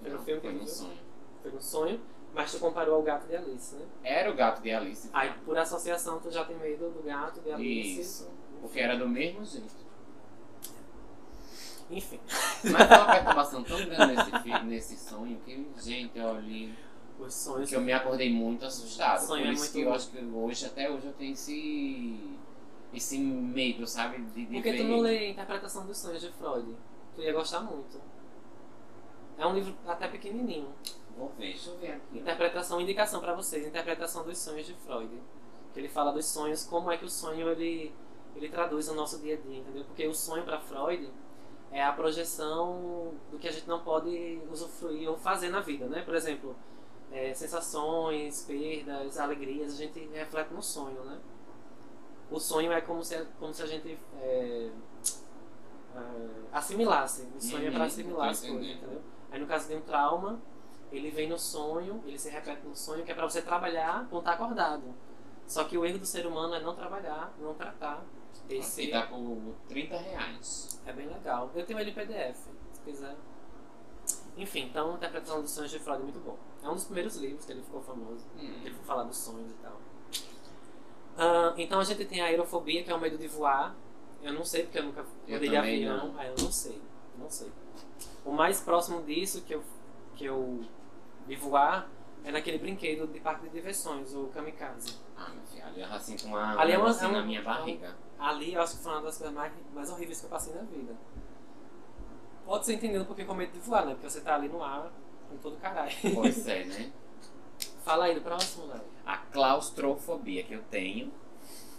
Speaker 1: Foi no
Speaker 2: Não,
Speaker 1: filme que
Speaker 2: foi
Speaker 1: tu
Speaker 2: um
Speaker 1: viu?
Speaker 2: sonho.
Speaker 1: Foi no sonho, mas tu comparou ao gato de Alice, né?
Speaker 2: Era o gato de Alice.
Speaker 1: Aí por associação tu já tem medo do gato Ah, de Alice.
Speaker 2: Isso. Porque era do mesmo jeito.
Speaker 1: Enfim.
Speaker 2: Mas foi uma perturbação tão grande nesse, fi- nesse sonho que, gente, eu li.
Speaker 1: Os sonhos.
Speaker 2: Que eu me acordei muito assustado.
Speaker 1: Sonho
Speaker 2: Por
Speaker 1: é
Speaker 2: isso
Speaker 1: muito
Speaker 2: que eu
Speaker 1: bom.
Speaker 2: acho que hoje, até hoje, eu tenho esse. esse medo, sabe? De, de
Speaker 1: Porque
Speaker 2: ver.
Speaker 1: tu não lê a interpretação dos sonhos de Freud. Tu ia gostar muito. É um livro até pequenininho.
Speaker 2: Vou ver, deixa eu ver aqui.
Speaker 1: Interpretação, indicação pra vocês, interpretação dos sonhos de Freud. Que ele fala dos sonhos, como é que o sonho ele, ele traduz o nosso dia a dia, entendeu? Porque o sonho pra Freud é a projeção do que a gente não pode usufruir ou fazer na vida, né? Por exemplo, é, sensações, perdas, alegrias, a gente reflete no sonho, né? O sonho é como se, como se a gente é, é, assimilasse. O sonho é
Speaker 2: Uhum,
Speaker 1: para assimilar as
Speaker 2: tô
Speaker 1: coisas,
Speaker 2: entendendo.
Speaker 1: entendeu? Aí no caso de um trauma, ele vem no sonho, ele se repete no sonho, que é para você trabalhar quando tá acordado. Só que o erro do ser humano é não trabalhar, não tratar. Esse
Speaker 2: E tá por 30 reais.
Speaker 1: é bem legal. Eu tenho ele em PDF, se quiser. Enfim, então a interpretação dos sonhos de Freud é muito bom. É um dos primeiros livros que ele ficou famoso. Ele
Speaker 2: Hum.
Speaker 1: foi falar dos sonhos e tal. Ah, então a gente tem a aerofobia, que é o medo de voar. Eu não sei porque eu nunca
Speaker 2: Eu
Speaker 1: andei de
Speaker 2: também
Speaker 1: avião. Ah, eu não sei. Não sei. O mais próximo disso que eu, que eu de voar é naquele brinquedo de parque de diversões, o kamikaze.
Speaker 2: Ah, meu filho, ali eu assim com uma
Speaker 1: Ali é uma-
Speaker 2: assim
Speaker 1: é um-
Speaker 2: na minha barriga.
Speaker 1: Ali eu acho que foi uma das coisas mais, mais horríveis que eu passei na vida. Pode ser entendido porque com medo de voar, né? Porque você tá ali no ar com todo caralho.
Speaker 2: Pois é, né?
Speaker 1: Fala aí do próximo, Léo.
Speaker 2: A claustrofobia que eu tenho,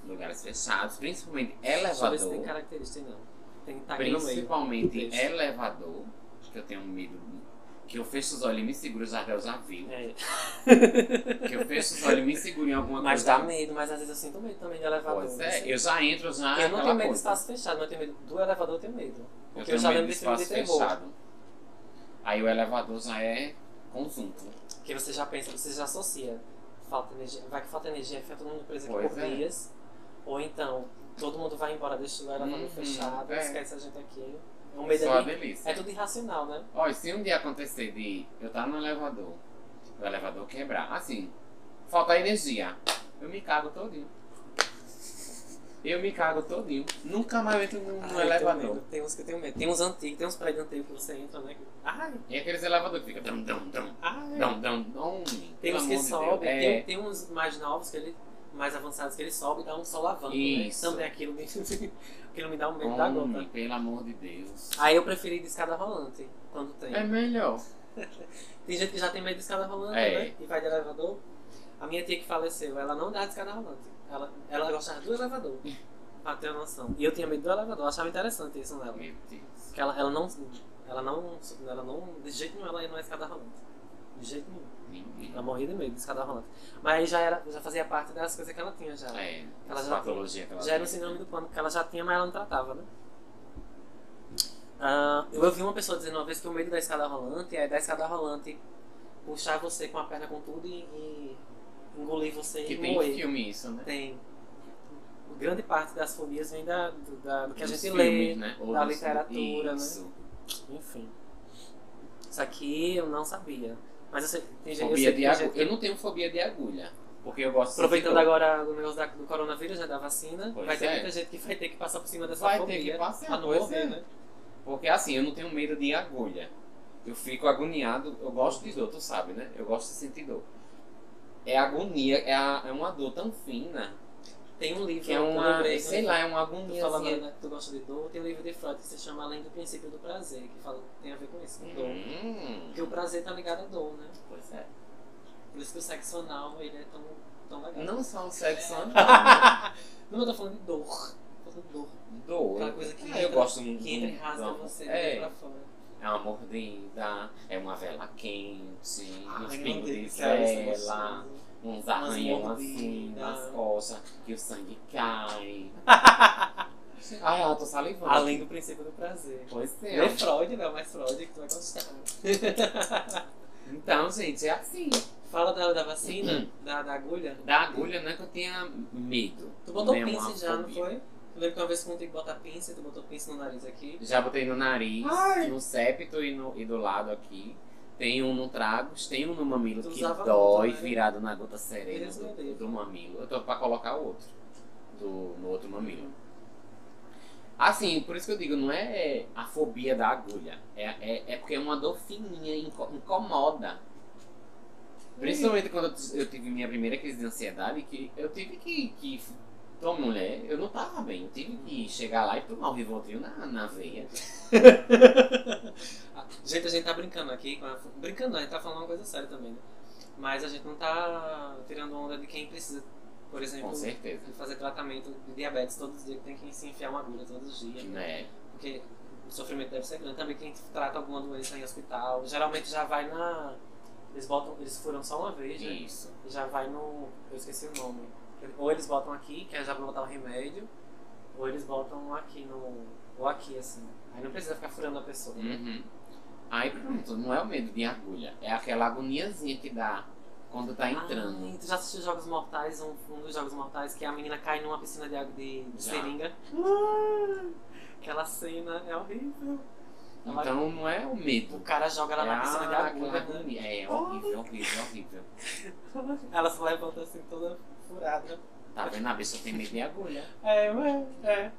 Speaker 2: lugares fechados, principalmente
Speaker 1: Deixa eu ver se tem
Speaker 2: elevador.
Speaker 1: característica aí, não. Tem que estar aqui no meio.
Speaker 2: Principalmente
Speaker 1: Deixa.
Speaker 2: elevador. Acho que eu tenho um medo. Que eu fecho os olhos e me seguro, o Jardel já viu.
Speaker 1: É.
Speaker 2: Que eu fecho os olhos e me seguro em alguma
Speaker 1: Mas dá
Speaker 2: coisa.
Speaker 1: medo, mas às vezes eu sinto medo também de elevador.
Speaker 2: Pois é,
Speaker 1: assim.
Speaker 2: eu já entro
Speaker 1: Eu
Speaker 2: já.
Speaker 1: não
Speaker 2: aquela
Speaker 1: tenho medo de
Speaker 2: coisa.
Speaker 1: espaço fechado, mas eu tenho medo do elevador, eu tenho medo.
Speaker 2: Eu
Speaker 1: Porque eu,
Speaker 2: tenho
Speaker 1: já
Speaker 2: medo
Speaker 1: lembro de
Speaker 2: de
Speaker 1: filme de
Speaker 2: espaço
Speaker 1: terror.
Speaker 2: fechado. Aí o elevador já é conjunto.
Speaker 1: Porque você já pensa, você já associa. Falta energia, vai que falta energia, fica todo mundo preso aqui
Speaker 2: Pois
Speaker 1: por
Speaker 2: é.
Speaker 1: dias. Ou então, todo mundo vai embora, deixa o elevador
Speaker 2: Uhum,
Speaker 1: fechado,
Speaker 2: é.
Speaker 1: esquece a gente aqui. É um medo
Speaker 2: Só a
Speaker 1: ali.
Speaker 2: delícia.
Speaker 1: É tudo irracional, né?
Speaker 2: Olha, se um dia acontecer de eu estar no elevador, o elevador quebrar, assim, faltar energia, eu me cago todinho. Eu me cago todinho. Nunca mais entro
Speaker 1: Ai,
Speaker 2: no, no
Speaker 1: Ah, eu tenho
Speaker 2: é elevador.
Speaker 1: medo. Tem uns que eu tenho medo. Tem uns antigos, tem uns prédios antigos que você entra, né? que- Ai,
Speaker 2: E aqueles elevadores que ficam dão, dão, dão,
Speaker 1: ai.
Speaker 2: dão, dão, dão.
Speaker 1: Tem
Speaker 2: pelo
Speaker 1: uns que
Speaker 2: amor de Deus.
Speaker 1: sobem,
Speaker 2: É,
Speaker 1: tem, tem uns mais novos que ele. Mais avançados que ele sobe e dá um solavanco, né?
Speaker 2: Isso. Hum.
Speaker 1: Também aquilo me, aquilo me dá um medo da
Speaker 2: É, homem,
Speaker 1: gota.
Speaker 2: pelo amor de Deus.
Speaker 1: Aí eu preferi de escada rolante, quando tem.
Speaker 2: É melhor.
Speaker 1: Tem gente que já tem medo de escada rolante,
Speaker 2: É.
Speaker 1: né? E vai de elevador. A minha tia que faleceu, ela não dá de escada rolante. Ela, ela gostava do elevador, pra ter uma noção. E eu tinha medo do elevador, eu achava interessante isso nela.
Speaker 2: Meu Deus.
Speaker 1: Porque ela, ela não. Ela não. Ela não. De jeito nenhum ela ia numa escada rolante. De jeito nenhum.
Speaker 2: Ninguém.
Speaker 1: Ela morria de medo de escada rolante. Mas já, era, já fazia parte das coisas que ela tinha já.
Speaker 2: É,
Speaker 1: Ela já-
Speaker 2: patologia que ela
Speaker 1: Já era um
Speaker 2: tem.
Speaker 1: síndrome do pânico que ela já tinha, mas ela não tratava, né? Ah, eu ouvi uma pessoa dizendo uma vez que o medo da escada rolante é da escada rolante puxar você com a perna com tudo e, e engolir você
Speaker 2: Que
Speaker 1: e
Speaker 2: tem
Speaker 1: moer.
Speaker 2: filme isso, né?
Speaker 1: Tem. Grande parte das fobias vem da, do, da- do que a
Speaker 2: Dos
Speaker 1: gente lê,
Speaker 2: filmes, né? Ou
Speaker 1: da
Speaker 2: dos-
Speaker 1: literatura, né?
Speaker 2: isso.
Speaker 1: enfim. Isso aqui eu não sabia. Mas eu sei, tem gente, eu sei
Speaker 2: Fobia
Speaker 1: que
Speaker 2: de
Speaker 1: tem
Speaker 2: agulha.
Speaker 1: gente que-
Speaker 2: Eu não tenho fobia de agulha. Porque eu gosto de
Speaker 1: Aproveitando
Speaker 2: sentir
Speaker 1: agora o negócio da- do coronavírus, né, da vacina,
Speaker 2: Pois
Speaker 1: vai ter
Speaker 2: é.
Speaker 1: muita gente que vai ter que passar por cima
Speaker 2: dor.
Speaker 1: dessa
Speaker 2: Vai
Speaker 1: fobia.
Speaker 2: ter que
Speaker 1: pra
Speaker 2: passar,
Speaker 1: não
Speaker 2: pois
Speaker 1: morrer,
Speaker 2: é.
Speaker 1: né?
Speaker 2: Porque assim, eu não tenho medo de agulha. Eu fico agoniado, eu gosto de dor, tu sabe, né? Eu gosto de sentir dor. É agonia, é, a- é uma dor tão fina,
Speaker 1: Tem um livro
Speaker 2: que é
Speaker 1: eu
Speaker 2: uma,
Speaker 1: lembrei,
Speaker 2: sei
Speaker 1: né?
Speaker 2: lá, é uma
Speaker 1: Tu
Speaker 2: agonia
Speaker 1: falava
Speaker 2: assim.
Speaker 1: né, que tu gosta de dor, tem um livro de Freud que se chama Além do Princípio do Prazer, que fala, tem a ver com isso, com dor.
Speaker 2: Hum,
Speaker 1: Porque o prazer tá ligado à dor, né?
Speaker 2: pois é.
Speaker 1: Por isso que o sexo anal ele é tão, tão legal.
Speaker 2: Não só um sexo,
Speaker 1: né?
Speaker 2: anal,
Speaker 1: Não, eu tô falando de dor. Tô falando de dor.
Speaker 2: Uhum. dor.
Speaker 1: Aquela coisa que
Speaker 2: Ah, eu
Speaker 1: entra-
Speaker 2: gosto muito.
Speaker 1: Que entra e rasga você
Speaker 2: é,
Speaker 1: pra fora.
Speaker 2: é uma mordida, é uma vela quente, uns
Speaker 1: Ai, meu
Speaker 2: pingos de
Speaker 1: Deus, que é
Speaker 2: vela.
Speaker 1: isso, gostoso.
Speaker 2: uns
Speaker 1: Umas
Speaker 2: arranhão assim
Speaker 1: mordidas.
Speaker 2: nas costas, que o sangue cai. Ai, eu tô salivando.
Speaker 1: Além do princípio do prazer.
Speaker 2: Pois é.
Speaker 1: Lê Freud, não, mas Freud que tu vai gostar.
Speaker 2: Então, gente, é assim.
Speaker 1: Fala da, da vacina, da, da agulha.
Speaker 2: Uhum. Da agulha não é que eu tinha medo.
Speaker 1: Tu botou
Speaker 2: Né, uma
Speaker 1: pince já, não
Speaker 2: fobia.
Speaker 1: foi? Eu lembro que uma vez que eu tenho que botar pince, tu botou pince no nariz aqui.
Speaker 2: Já botei no nariz,
Speaker 1: Ai.
Speaker 2: no septo e, no- e do lado aqui. Tem um no tragos, tem um no mamilo
Speaker 1: Tu
Speaker 2: que
Speaker 1: usava
Speaker 2: dói,
Speaker 1: muito, né?
Speaker 2: virado na gota serena
Speaker 1: Deus me
Speaker 2: do,
Speaker 1: livre.
Speaker 2: do mamilo. Eu tô pra colocar o outro, do, no outro mamilo. Assim, por isso que eu digo, não é a fobia da agulha. É, é, é porque é uma dor fininha, inco- incomoda. Principalmente quando eu t- eu tive minha primeira crise de ansiedade, que eu tive que, que então, mulher, eu não tava bem. Eu tive que chegar lá e tomar o Rivotril na, na veia.
Speaker 1: Gente, a gente tá brincando aqui. com a- Brincando, não, a gente tá falando uma coisa séria também, né? Mas a gente não tá tirando onda de quem precisa, por exemplo,
Speaker 2: Com certeza.
Speaker 1: fazer tratamento de diabetes todos os dias, que tem que se enfiar uma agulha todos os dias.
Speaker 2: Né?
Speaker 1: Porque o sofrimento deve ser grande. Também quem trata alguma doença em hospital, geralmente já vai na. Eles botam. Eles furam só uma vez, né?
Speaker 2: Isso.
Speaker 1: E já vai no. Eu esqueci o nome. Ou eles botam aqui, que é já pra botar o remédio, ou eles botam aqui no. Ou aqui, assim. Aí não precisa ficar furando a pessoa.
Speaker 2: Uhum. Aí pronto, não é o medo de agulha, é aquela agoniazinha que dá quando
Speaker 1: Ah.
Speaker 2: tá entrando.
Speaker 1: Ai, tu já assistiu Jogos Mortais, um, um dos Jogos Mortais, que a menina cai numa piscina de, água- de, de
Speaker 2: Já. Ah!
Speaker 1: seringa. Aquela cena é horrível.
Speaker 2: Então não é o
Speaker 1: O
Speaker 2: medo.
Speaker 1: cara joga ela na
Speaker 2: é
Speaker 1: piscina de
Speaker 2: a- aquela
Speaker 1: agulha. né?
Speaker 2: agonia. É horrível, horrível, horrível.
Speaker 1: Ela se levanta assim toda furada.
Speaker 2: Tá vendo? A bicha tem medo de agulha.
Speaker 1: É, ué, é.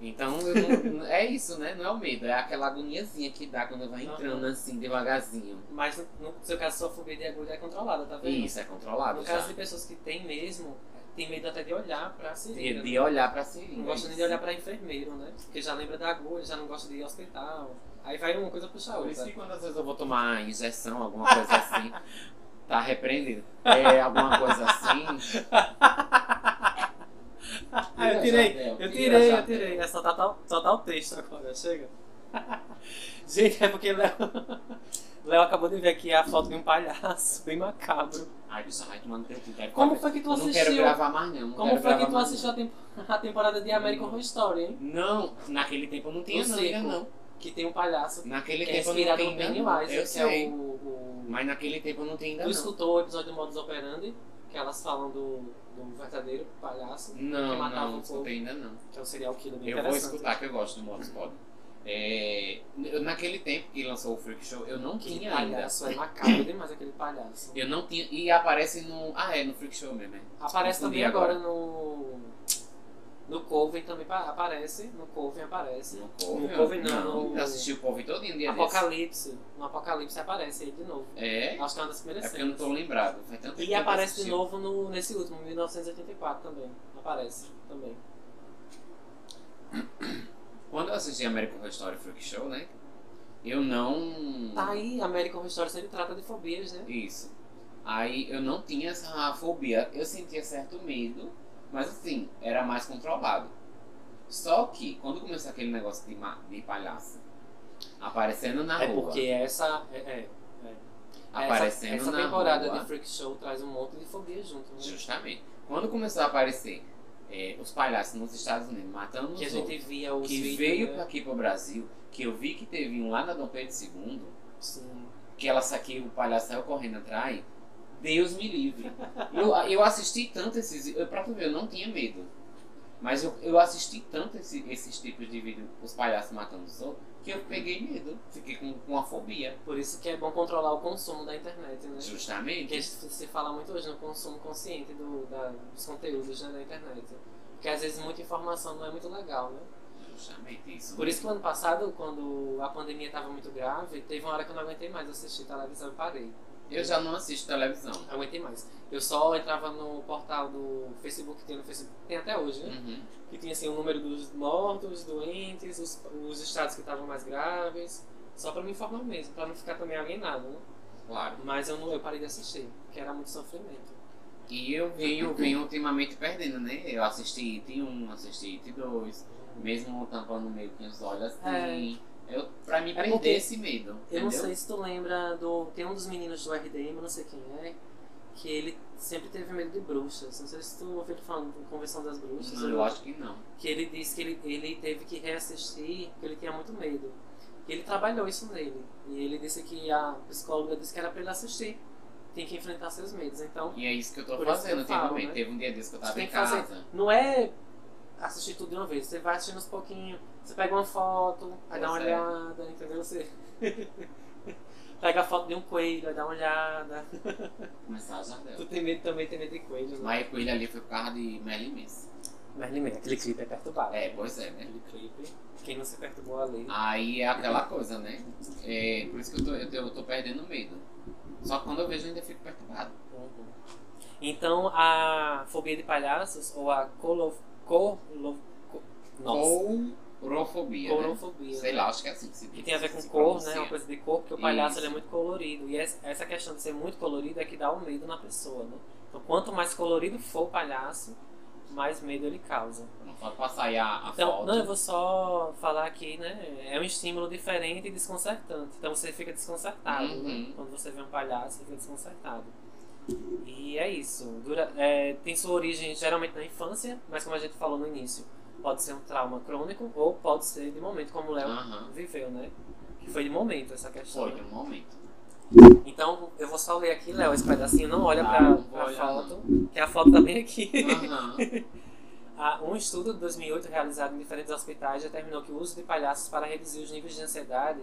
Speaker 2: Então eu não- é isso, né? Não é o medo, é aquela agoniazinha que dá quando vai entrando
Speaker 1: Aham.
Speaker 2: assim, devagarzinho.
Speaker 1: Mas no, no seu caso, sua fobia de agulha é controlada, tá vendo?
Speaker 2: E isso é controlado
Speaker 1: No
Speaker 2: já.
Speaker 1: caso de pessoas que têm mesmo, tem medo até de olhar pra
Speaker 2: De,
Speaker 1: seringa.
Speaker 2: de olhar pra é
Speaker 1: Não
Speaker 2: seringa.
Speaker 1: gosta nem de olhar pra enfermeiro, né? Porque já lembra da agulha, já não gosta de ir ao hospital. Aí vai uma coisa né? puxa a
Speaker 2: Por isso
Speaker 1: outra.
Speaker 2: que quando às vezes eu vou tomar injeção, alguma coisa assim, tá repreendido. É alguma coisa assim.
Speaker 1: Ah, eu tirei, eu tirei, eu tirei. É, só, tá, tá- só tá o texto agora, chega. Gente, é porque Léo. Léo acabou de ver aqui a foto de um palhaço bem macabro.
Speaker 2: Ai, bicho, vai tomando teu cu, vai
Speaker 1: Como
Speaker 2: pra-
Speaker 1: foi que tu
Speaker 2: Eu não quero
Speaker 1: assistiu?
Speaker 2: gravar mais, não. não
Speaker 1: Como
Speaker 2: quero
Speaker 1: foi que
Speaker 2: gravar
Speaker 1: tu
Speaker 2: mais,
Speaker 1: assistiu a, tempo- a temporada de American Horror Story, hein?
Speaker 2: Não, Não, naquele tempo não tinha,
Speaker 1: O
Speaker 2: não,
Speaker 1: seco.
Speaker 2: ainda não.
Speaker 1: Que tem um palhaço
Speaker 2: Naquele
Speaker 1: que é
Speaker 2: tempo
Speaker 1: inspirado
Speaker 2: não
Speaker 1: no
Speaker 2: tem ainda. não.
Speaker 1: Pennywise,
Speaker 2: Eu
Speaker 1: que é
Speaker 2: sei.
Speaker 1: o. o-
Speaker 2: Mas naquele tempo não tem ainda
Speaker 1: Tu
Speaker 2: não.
Speaker 1: escutou o episódio do Modus Operandi, que é elas falam do, do verdadeiro palhaço, que
Speaker 2: Não,
Speaker 1: matava o
Speaker 2: não, não
Speaker 1: povo.
Speaker 2: escutei ainda não.
Speaker 1: que é o serial killer bem
Speaker 2: Eu vou
Speaker 1: interessante.
Speaker 2: escutar que eu gosto do Motorsport. É, eu- naquele tempo que lançou o Freak Show, eu não
Speaker 1: Que
Speaker 2: tinha ainda.
Speaker 1: palhaço, é macabro demais aquele palhaço.
Speaker 2: Eu não tinha. E aparece no. Ah, é, no Freak Show mesmo. é.
Speaker 1: Aparece
Speaker 2: Confundi
Speaker 1: também agora no. No Coven também pa- aparece. No Coven aparece.
Speaker 2: No Coven.
Speaker 1: No Coven não, no-
Speaker 2: Eu assisti o Coven todo dia. desse.
Speaker 1: Apocalipse. No Apocalipse aparece ele de novo.
Speaker 2: É.
Speaker 1: Acho que é uma das primeiras
Speaker 2: É porque eu não
Speaker 1: cenas.
Speaker 2: tô lembrado. Faz tanto tempo que
Speaker 1: E
Speaker 2: eu
Speaker 1: aparece
Speaker 2: assisti.
Speaker 1: de novo no, nesse último, 1984 também. Aparece também.
Speaker 2: Quando eu assisti American Horror Story Freak Show, né? Eu não.
Speaker 1: Tá aí, American Horror Story sempre trata de fobias, né?
Speaker 2: Isso. Aí eu não tinha essa fobia. Eu sentia certo medo, mas assim, era mais controlado. Só que, quando começou aquele negócio de, ma- de palhaço aparecendo na
Speaker 1: é
Speaker 2: rua,
Speaker 1: porque essa. é- é,
Speaker 2: aparecendo
Speaker 1: essa, essa
Speaker 2: na
Speaker 1: temporada
Speaker 2: rua,
Speaker 1: de Freak Show traz um monte de fobia junto, né?
Speaker 2: justamente. Quando começou a aparecer é, os palhaços nos Estados Unidos matando os
Speaker 1: Que a
Speaker 2: outros,
Speaker 1: gente via os
Speaker 2: que
Speaker 1: vídeos,
Speaker 2: veio
Speaker 1: né?
Speaker 2: aqui pro Brasil, que eu vi que teve um lá na Dom Pedro II,
Speaker 1: Sim.
Speaker 2: que ela saqueou o palhaço saiu correndo atrás. Deus me livre. Eu, eu assisti tanto esses. Eu, pra tu ver, eu não tinha medo. Mas eu, eu assisti tanto esse- esses tipos de vídeo, os palhaços matando os outros, que eu peguei medo. Fiquei com, com uma fobia.
Speaker 1: Por isso que é bom controlar o consumo da internet, né? Porque
Speaker 2: Justamente.
Speaker 1: se se fala muito hoje no consumo consciente do, da- dos conteúdos né, da internet. Porque às vezes muita informação não é muito legal, né?
Speaker 2: Justamente isso.
Speaker 1: Por isso que o ano passado, quando a pandemia estava muito grave, teve uma hora que eu não aguentei mais assistir televisão e parei.
Speaker 2: Eu já não assisto televisão.
Speaker 1: Não aguentei mais. Eu só entrava no portal do Facebook, que tem no Facebook, tem até hoje, né?
Speaker 2: Uhum.
Speaker 1: que tinha assim o número dos mortos, doentes, os, os estados que estavam mais graves, só pra me informar mesmo, pra não ficar também alienado, né?
Speaker 2: Claro.
Speaker 1: Mas eu não, eu parei de assistir, porque era muito sofrimento.
Speaker 2: E eu venho, venho ultimamente perdendo, né? Eu assisti IT 1, assisti IT 2, mesmo tampando meio que os olhos assim. Eu, pra mim,
Speaker 1: É
Speaker 2: perder
Speaker 1: porque
Speaker 2: esse medo.
Speaker 1: Eu
Speaker 2: entendeu?
Speaker 1: não sei se tu lembra do. Tem um dos meninos do RDM, eu não sei quem é, que ele sempre teve medo de bruxas. Não sei se tu ouviu ele falando de Convenção das Bruxas.
Speaker 2: Não,
Speaker 1: ou-
Speaker 2: eu acho que não.
Speaker 1: Que ele disse que ele, ele teve que reassistir porque ele tinha muito medo. E ele trabalhou isso nele. E ele disse que a psicóloga disse que era pra ele assistir. Tem que enfrentar seus medos. Então,
Speaker 2: E é isso que eu tô
Speaker 1: Por isso que
Speaker 2: fazendo
Speaker 1: eu falo,
Speaker 2: ultimamente.
Speaker 1: né?
Speaker 2: Teve um dia desse que eu tava
Speaker 1: Tem
Speaker 2: em
Speaker 1: que fazer.
Speaker 2: casa.
Speaker 1: não é assistir tudo de uma vez. Você vai assistindo aos pouquinhos. Você pega uma foto, vai dar uma
Speaker 2: Pois é.
Speaker 1: olhada, entendeu? Você pega a foto de um coelho, vai dar uma olhada.
Speaker 2: Começar a janela.
Speaker 1: Tu tem medo também, tem medo de coelho, né?
Speaker 2: Mas com ele ali foi por causa de Merlin Manson.
Speaker 1: Mas lembrei, aquele clipe é perturbado.
Speaker 2: É, pois é, né?
Speaker 1: Aquele clipe, quem não se perturbou ali. né?
Speaker 2: Aí é aquela coisa, né? É, por isso que eu tô, eu, tô- eu tô perdendo medo. Só que quando eu vejo eu ainda fico perturbado.
Speaker 1: Uhum. Então, a fobia de palhaços, ou a colo... colo... co- Nossa,
Speaker 2: Courofobia, né?
Speaker 1: colofobia.
Speaker 2: Sei lá, acho que é assim que se diz.
Speaker 1: Que tem a ver com
Speaker 2: se
Speaker 1: cor, né?
Speaker 2: pronuncia.
Speaker 1: Uma coisa de cor, porque o palhaço
Speaker 2: Isso.
Speaker 1: ele é muito colorido. E es- essa questão de ser muito colorido é que dá o medo na pessoa, né? Então, quanto mais colorido for o palhaço, mais medo ele causa.
Speaker 2: Não pode passar aí a, a
Speaker 1: Então,
Speaker 2: foto.
Speaker 1: não, eu vou só falar aqui, né? É um estímulo diferente e desconcertante. Então você fica desconcertado, né?
Speaker 2: Uhum.
Speaker 1: Quando você vê um palhaço, você fica desconcertado. E é isso. Dura- é, tem sua origem geralmente na infância, mas como a gente falou no início, pode ser um trauma crônico ou pode ser de momento, como o Léo
Speaker 2: Aham.
Speaker 1: viveu, né? Que foi de momento essa questão.
Speaker 2: Ah. Foi de um momento.
Speaker 1: Então eu vou só ler aqui, Léo, esse pedacinho. Não olha
Speaker 2: Tá,
Speaker 1: pra,
Speaker 2: não vou
Speaker 1: pra
Speaker 2: olhar,
Speaker 1: foto, que a foto tá bem aqui.
Speaker 2: Aham.
Speaker 1: Ah, Um estudo de 2008 realizado em diferentes hospitais determinou que o uso de palhaços para reduzir os níveis de ansiedade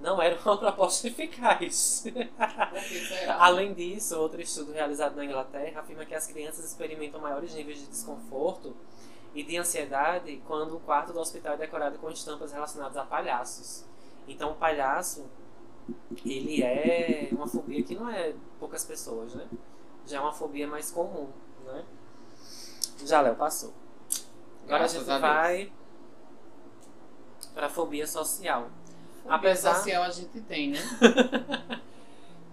Speaker 1: não era uma proposta eficaz.
Speaker 2: Por que será?
Speaker 1: Além disso, outro estudo realizado na Inglaterra afirma que as crianças experimentam maiores níveis de desconforto e de ansiedade quando o quarto do hospital é decorado com estampas relacionadas a palhaços. Então, o palhaço, ele é uma fobia que não é poucas pessoas, né? Já é uma fobia mais comum, né? Já, Léo, passou. Agora
Speaker 2: Graças
Speaker 1: a gente
Speaker 2: a Deus.
Speaker 1: vai para fobia social.
Speaker 2: Fobia
Speaker 1: apesar-
Speaker 2: social a gente tem, né?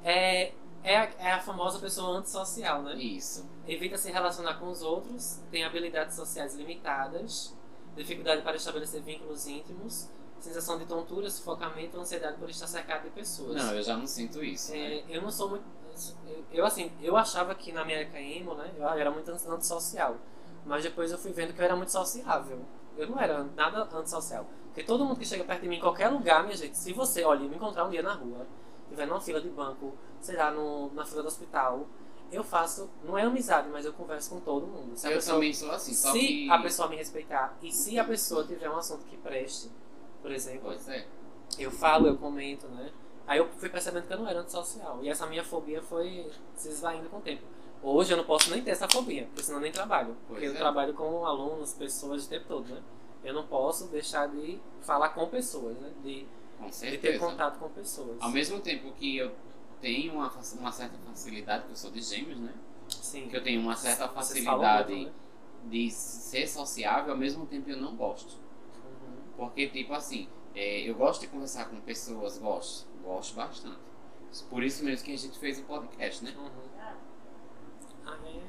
Speaker 1: É, é, a, é a famosa pessoa antissocial, né?
Speaker 2: Isso.
Speaker 1: Evita se relacionar com os outros, tem habilidades sociais limitadas, dificuldade para estabelecer vínculos íntimos, sensação de tontura, sufocamento, ansiedade por estar cercado de pessoas.
Speaker 2: Não, eu já não sinto isso, né?
Speaker 1: É, eu não sou muito. eu- Eu, assim, eu achava que na minha época emo, né? Eu era muito ans- antissocial. Mas depois eu fui vendo que eu era muito sociável. Eu não era nada antissocial. Porque todo mundo que chega perto de mim, em qualquer lugar, minha gente, se você, olha, me encontrar um dia na rua, tiver numa fila de banco, sei lá, no, na fila do hospital, eu faço. Não é amizade, mas eu converso com todo mundo. Se a
Speaker 2: eu
Speaker 1: pessoa
Speaker 2: também sou assim, só
Speaker 1: se
Speaker 2: que.
Speaker 1: a pessoa me respeitar e se a pessoa tiver um assunto que preste, por exemplo,
Speaker 2: Pois é.
Speaker 1: eu falo, eu comento, né? Aí eu fui percebendo que eu não era antissocial. E essa minha fobia foi se esvaindo com o tempo. Hoje eu não posso nem ter essa fobia, porque senão eu nem trabalho. Porque
Speaker 2: Pois
Speaker 1: eu
Speaker 2: é.
Speaker 1: trabalho com alunos, pessoas o tempo todo, né? Eu não posso deixar de falar com pessoas, né? De,
Speaker 2: Com
Speaker 1: de ter
Speaker 2: certeza.
Speaker 1: contato com pessoas.
Speaker 2: Ao mesmo tempo que eu tenho uma, fac- uma certa facilidade, porque eu sou de gêmeos, né?
Speaker 1: Sim.
Speaker 2: Que eu tenho uma certa
Speaker 1: Vocês falam
Speaker 2: facilidade
Speaker 1: muito, né?
Speaker 2: de ser sociável, ao mesmo tempo eu não gosto.
Speaker 1: Uhum.
Speaker 2: Porque, tipo assim, é, eu gosto de conversar com pessoas, gosto. Gosto bastante. Por isso mesmo que a gente fez o podcast, né?
Speaker 1: Uhum. Ah, é.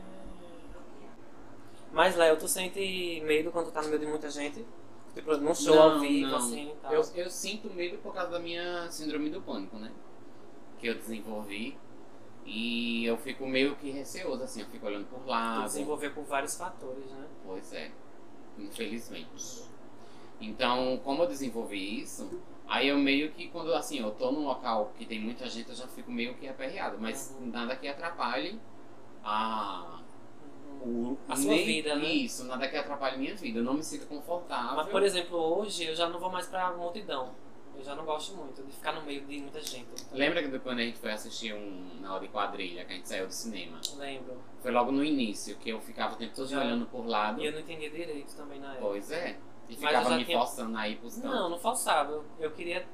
Speaker 1: Mas, Léo, tu sente medo quando tu tá no meio de muita gente? Tipo, num show
Speaker 2: Não,
Speaker 1: ao vivo,
Speaker 2: não.
Speaker 1: assim, e tal.
Speaker 2: Eu, eu sinto medo por causa da minha síndrome do pânico, né? Que eu desenvolvi. E eu fico meio que receoso, assim, eu fico olhando por
Speaker 1: Tu
Speaker 2: lá.
Speaker 1: desenvolveu por vários fatores, né?
Speaker 2: Pois é, infelizmente. Então, como eu desenvolvi isso, aí eu meio que quando assim, eu tô num local que tem muita gente, eu já fico meio que aperreado, mas
Speaker 1: Uhum.
Speaker 2: nada que atrapalhe a o,
Speaker 1: A sua
Speaker 2: nem-
Speaker 1: vida, né?
Speaker 2: Isso, nada que atrapalhe minha vida. Eu não me sinto confortável.
Speaker 1: Mas, por exemplo, hoje eu já não vou mais pra multidão. Eu já não gosto muito de ficar no meio de muita gente.
Speaker 2: Lembra que quando a gente foi assistir um na hora de quadrilha, que a gente saiu do cinema?
Speaker 1: Lembro.
Speaker 2: Foi logo no início, que eu ficava o tempo todo
Speaker 1: Ah.
Speaker 2: olhando por lado.
Speaker 1: E eu não entendia direito também na época.
Speaker 2: Pois é. E
Speaker 1: Mas eu já
Speaker 2: ficava me
Speaker 1: tinha-
Speaker 2: forçando aí pros cantos.
Speaker 1: Não, não falsava. Eu queria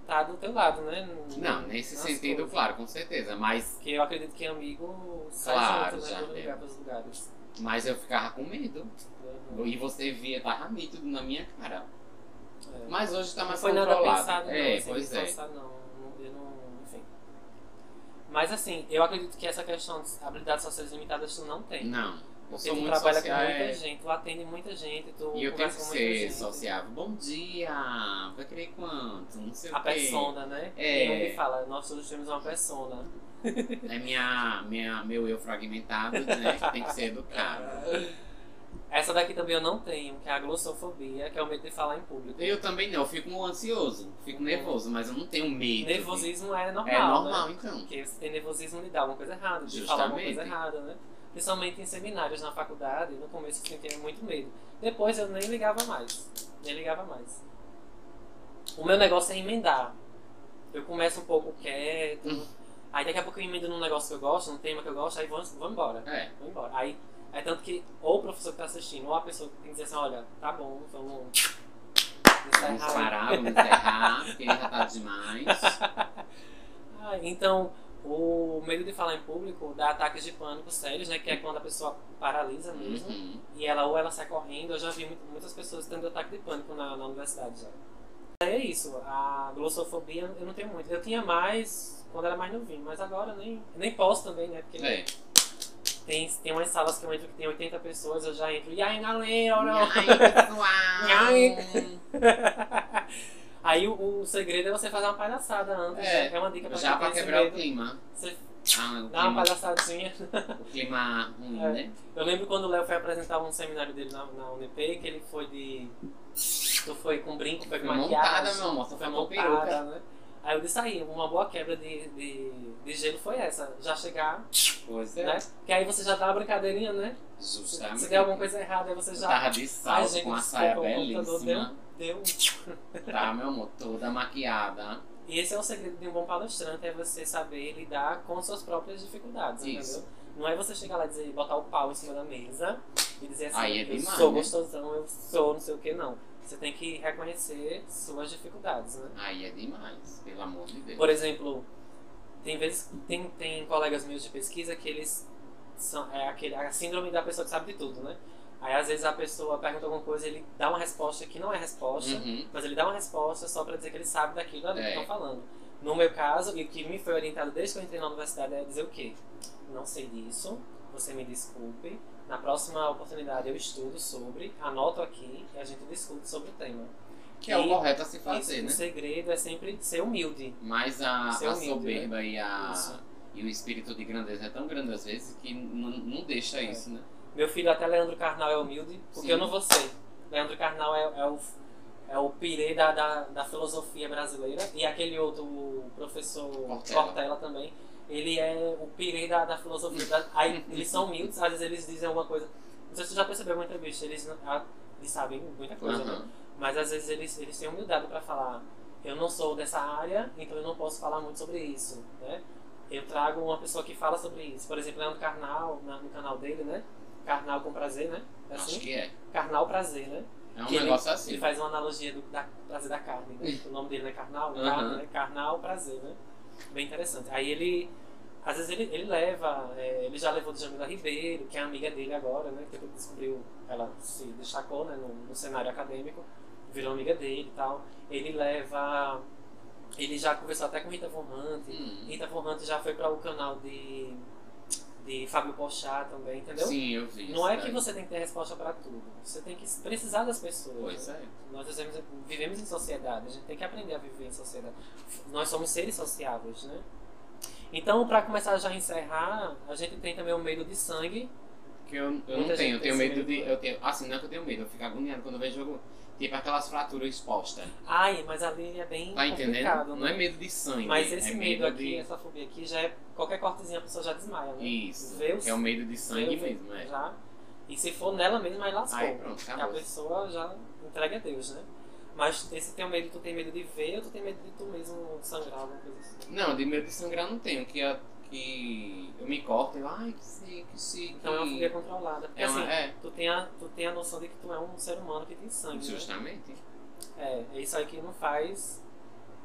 Speaker 1: estar do teu lado, né?
Speaker 2: Não, nesse
Speaker 1: Nas
Speaker 2: sentido,
Speaker 1: coisas.
Speaker 2: claro, com certeza. Mas,
Speaker 1: Porque eu acredito que amigo sai
Speaker 2: Claro,
Speaker 1: junto, né?
Speaker 2: já é.
Speaker 1: Todo lugar
Speaker 2: lembro.
Speaker 1: pros lugares.
Speaker 2: mas eu ficava com medo.
Speaker 1: Uhum.
Speaker 2: E você via, tava nítido na minha cara.
Speaker 1: É.
Speaker 2: Mas hoje tá
Speaker 1: Não
Speaker 2: mais
Speaker 1: foi nada
Speaker 2: controlado.
Speaker 1: pensado, não.
Speaker 2: é,
Speaker 1: assim,
Speaker 2: pois
Speaker 1: de
Speaker 2: é.
Speaker 1: forçar, não. Eu não. Enfim. Mas assim, eu acredito que essa questão de habilidades sociais limitadas tu não tem.
Speaker 2: Não, eu
Speaker 1: Porque
Speaker 2: sou
Speaker 1: tu
Speaker 2: muito
Speaker 1: trabalha
Speaker 2: social.
Speaker 1: com muita
Speaker 2: é.
Speaker 1: gente, tu atende muita gente, tu
Speaker 2: E eu tenho que
Speaker 1: conversa com muita
Speaker 2: ser
Speaker 1: gente.
Speaker 2: sociável. Bom dia! Vai querer quanto? Não sei
Speaker 1: A
Speaker 2: o quê.
Speaker 1: persona, né?
Speaker 2: É.
Speaker 1: Tem um que fala, nós todos temos uma persona.
Speaker 2: É minha, minha, meu eu fragmentado, né? Que tem que ser educado.
Speaker 1: Essa daqui também eu não tenho, que é a glossofobia, que é o medo de falar em público.
Speaker 2: Eu também não, eu fico ansioso, fico nervoso, mas eu não tenho medo.
Speaker 1: Nervosismo é normal,
Speaker 2: É normal,
Speaker 1: né?
Speaker 2: então.
Speaker 1: Porque se tem nervosismo de dar alguma coisa errada, de falar alguma coisa
Speaker 2: Justamente.
Speaker 1: errada, né? Principalmente em seminários na faculdade, no começo assim, eu sentia muito medo. Depois eu nem ligava mais. Nem ligava mais. O meu negócio é emendar. Eu começo um pouco quieto,
Speaker 2: Hum.
Speaker 1: aí daqui a pouco eu emendo num negócio que eu gosto, num tema que eu gosto, aí vamos, vamos embora.
Speaker 2: É,
Speaker 1: Vamos embora. Aí é tanto que ou o professor que tá assistindo, ou a pessoa que tem que dizer assim, olha, tá bom, vamos. tá
Speaker 2: vamos
Speaker 1: encerrar aí.
Speaker 2: parar, vamos encerrar, porque já tá demais.
Speaker 1: Ah, então, o medo de falar em público dá ataques de pânico sérios, né? Que é quando a pessoa paralisa mesmo.
Speaker 2: Uhum.
Speaker 1: E ela ou ela sai correndo. Eu já vi mu- muitas pessoas tendo ataque de pânico na, na universidade já. É isso. A glossofobia eu não tenho
Speaker 2: Uhum.
Speaker 1: muito. Eu tinha mais quando era mais novinho, mas agora nem, nem posso também, né? Porque
Speaker 2: É,
Speaker 1: Tem, tem umas salas que eu entro que tem 80 pessoas, eu já entro. E aí, galera?
Speaker 2: Uhum. Ai, pessoal!
Speaker 1: Aí o, o segredo é você fazer uma palhaçada antes.
Speaker 2: É,
Speaker 1: é uma dica pra
Speaker 2: Já
Speaker 1: quem
Speaker 2: pra
Speaker 1: tem
Speaker 2: quebrar o
Speaker 1: segredo.
Speaker 2: clima.
Speaker 1: Você
Speaker 2: Ah, o
Speaker 1: dá uma
Speaker 2: clima,
Speaker 1: palhaçadinha.
Speaker 2: o clima ruim,
Speaker 1: É.
Speaker 2: né?
Speaker 1: Eu lembro quando o Léo foi apresentar um seminário dele na, na UNP, que ele foi de. Tu foi com brinco, foi com
Speaker 2: Foi montada,
Speaker 1: maquiagem.
Speaker 2: meu amor, só
Speaker 1: Foi
Speaker 2: faltou
Speaker 1: montada,
Speaker 2: peruca.
Speaker 1: né? Aí eu disse aí, uma boa quebra de, de, de gelo foi essa. Já chegar,
Speaker 2: Pois
Speaker 1: né?
Speaker 2: é.
Speaker 1: Que aí você já dá a brincadeirinha, né?
Speaker 2: Justamente.
Speaker 1: Se der alguma coisa errada, aí você
Speaker 2: Eu
Speaker 1: já
Speaker 2: Tava de
Speaker 1: Ai,
Speaker 2: salto
Speaker 1: gente,
Speaker 2: com a
Speaker 1: desculpa,
Speaker 2: saia
Speaker 1: o computador
Speaker 2: belíssima.
Speaker 1: deu.
Speaker 2: Tá, meu amor, toda maquiada.
Speaker 1: E esse é o segredo de um bom palestrante, é você saber lidar com suas próprias dificuldades,
Speaker 2: Isso.
Speaker 1: entendeu? Não é você chegar lá e dizer, botar o pau em cima da mesa e dizer assim,
Speaker 2: Aí é
Speaker 1: eu
Speaker 2: demais,
Speaker 1: sou
Speaker 2: né?
Speaker 1: gostosão, eu sou não sei o que, não. Você tem que reconhecer suas dificuldades, né?
Speaker 2: Aí é demais, pelo amor de Deus.
Speaker 1: Por exemplo, tem vezes tem, tem colegas meus de pesquisa que eles são é aquele a síndrome da pessoa que sabe de tudo, né? Aí às vezes a pessoa pergunta alguma coisa, ele dá uma resposta que não é resposta,
Speaker 2: Uhum.
Speaker 1: mas ele dá uma resposta só pra dizer que ele sabe daquilo dali que
Speaker 2: É.
Speaker 1: estão falando. No meu caso, e o que me foi orientado desde que eu entrei na universidade é dizer o quê? Não sei disso, você me desculpe. Na próxima oportunidade eu estudo sobre, anoto aqui e a gente discute sobre o tema.
Speaker 2: Que é o
Speaker 1: E-
Speaker 2: correto a se
Speaker 1: E
Speaker 2: fazer,
Speaker 1: O
Speaker 2: né?
Speaker 1: segredo é sempre ser humilde.
Speaker 2: Mas a,
Speaker 1: Ser
Speaker 2: a
Speaker 1: humilde, né?
Speaker 2: soberba e, a,
Speaker 1: Isso.
Speaker 2: e o espírito de grandeza é tão grande às vezes que n- não deixa
Speaker 1: É.
Speaker 2: isso, né?
Speaker 1: Meu filho até Leandro Carnal é humilde, porque
Speaker 2: Sim.
Speaker 1: eu não vou ser. Leandro Carnal é, é o, é o pirê da, da, da filosofia brasileira. E aquele outro, o professor
Speaker 2: Cortella.
Speaker 1: Cortella, também, ele é o pirê da, da filosofia. da- aí eles são humildes, às vezes eles dizem alguma coisa. Não sei se você já percebeu alguma entrevista, eles, não- ah, eles sabem muita coisa, né?
Speaker 2: Aham.
Speaker 1: Mas às vezes eles, eles têm humildade para falar, eu não sou dessa área, então eu não posso falar muito sobre isso, né? Eu trago uma pessoa que fala sobre isso. Por exemplo, Leandro Carnal, na- no canal dele, né? Carnal com prazer, né? É
Speaker 2: Acho
Speaker 1: assim?
Speaker 2: que é.
Speaker 1: Carnal prazer, né?
Speaker 2: É um
Speaker 1: Que ele-
Speaker 2: negócio
Speaker 1: Ele
Speaker 2: assim.
Speaker 1: faz uma analogia do da, prazer da carne, né? O nome dele não é Carnal?
Speaker 2: Aham.
Speaker 1: Carne, né? Carnal prazer, né? Bem interessante. Aí ele, às vezes ele, ele leva, é, ele já levou de Jamila Ribeiro, que é amiga dele agora, né? Que ele descobriu, ela se destacou, né? No, no cenário acadêmico, virou amiga dele e tal. Ele leva, ele já conversou até com Rita Von Hunt.
Speaker 2: Hum.
Speaker 1: Rita Von Hunt já foi para o canal de, de Fábio Porchat também, entendeu?
Speaker 2: Sim, eu vi.
Speaker 1: Não
Speaker 2: isso
Speaker 1: é que
Speaker 2: daí.
Speaker 1: você tem que ter resposta para tudo. Você tem que precisar das pessoas. né?
Speaker 2: Pois é.
Speaker 1: Nós vivemos, vivemos em sociedade, a gente tem que aprender a viver em sociedade. Nós somos seres sociáveis, né? Então, para começar já a encerrar, a gente tem também o medo de sangue.
Speaker 2: Porque eu, eu não
Speaker 1: Muita gente
Speaker 2: tenho,
Speaker 1: tem
Speaker 2: eu tenho
Speaker 1: esse
Speaker 2: medo
Speaker 1: medo,
Speaker 2: de.
Speaker 1: né?
Speaker 2: Eu tenho, assim, não é que eu tenho medo, eu fico agoniado quando eu vejo tipo aquelas fraturas expostas.
Speaker 1: Ai, mas ali é bem
Speaker 2: Tá
Speaker 1: complicado,
Speaker 2: entendendo? Não
Speaker 1: né?
Speaker 2: é medo de sangue.
Speaker 1: Mas esse
Speaker 2: é
Speaker 1: medo, aqui,
Speaker 2: de-
Speaker 1: essa fobia aqui, já é qualquer cortezinha a pessoa já desmaia, né?
Speaker 2: Isso.
Speaker 1: Vê o-
Speaker 2: É o medo de
Speaker 1: vê
Speaker 2: sangue
Speaker 1: o-
Speaker 2: mesmo, é.
Speaker 1: Já. E se for nela mesma, aí lascou.
Speaker 2: Aí pronto,
Speaker 1: Que a
Speaker 2: acabou.
Speaker 1: pessoa já entrega a Deus, né? Mas esse teu medo, tu tem medo de ver ou tu tem medo de tu mesmo sangrar, alguma coisa assim?
Speaker 2: Não, de medo de sangrar não tenho, que, a- que eu me corto e eu, ai, que sei, que sei.
Speaker 1: Então é uma
Speaker 2: que...
Speaker 1: fobia controlada. Porque
Speaker 2: É
Speaker 1: assim,
Speaker 2: uma, é,
Speaker 1: tu, tem a, tu tem a noção de que tu é um ser humano que tem sangue. Né?
Speaker 2: justamente.
Speaker 1: É, é isso aí que não faz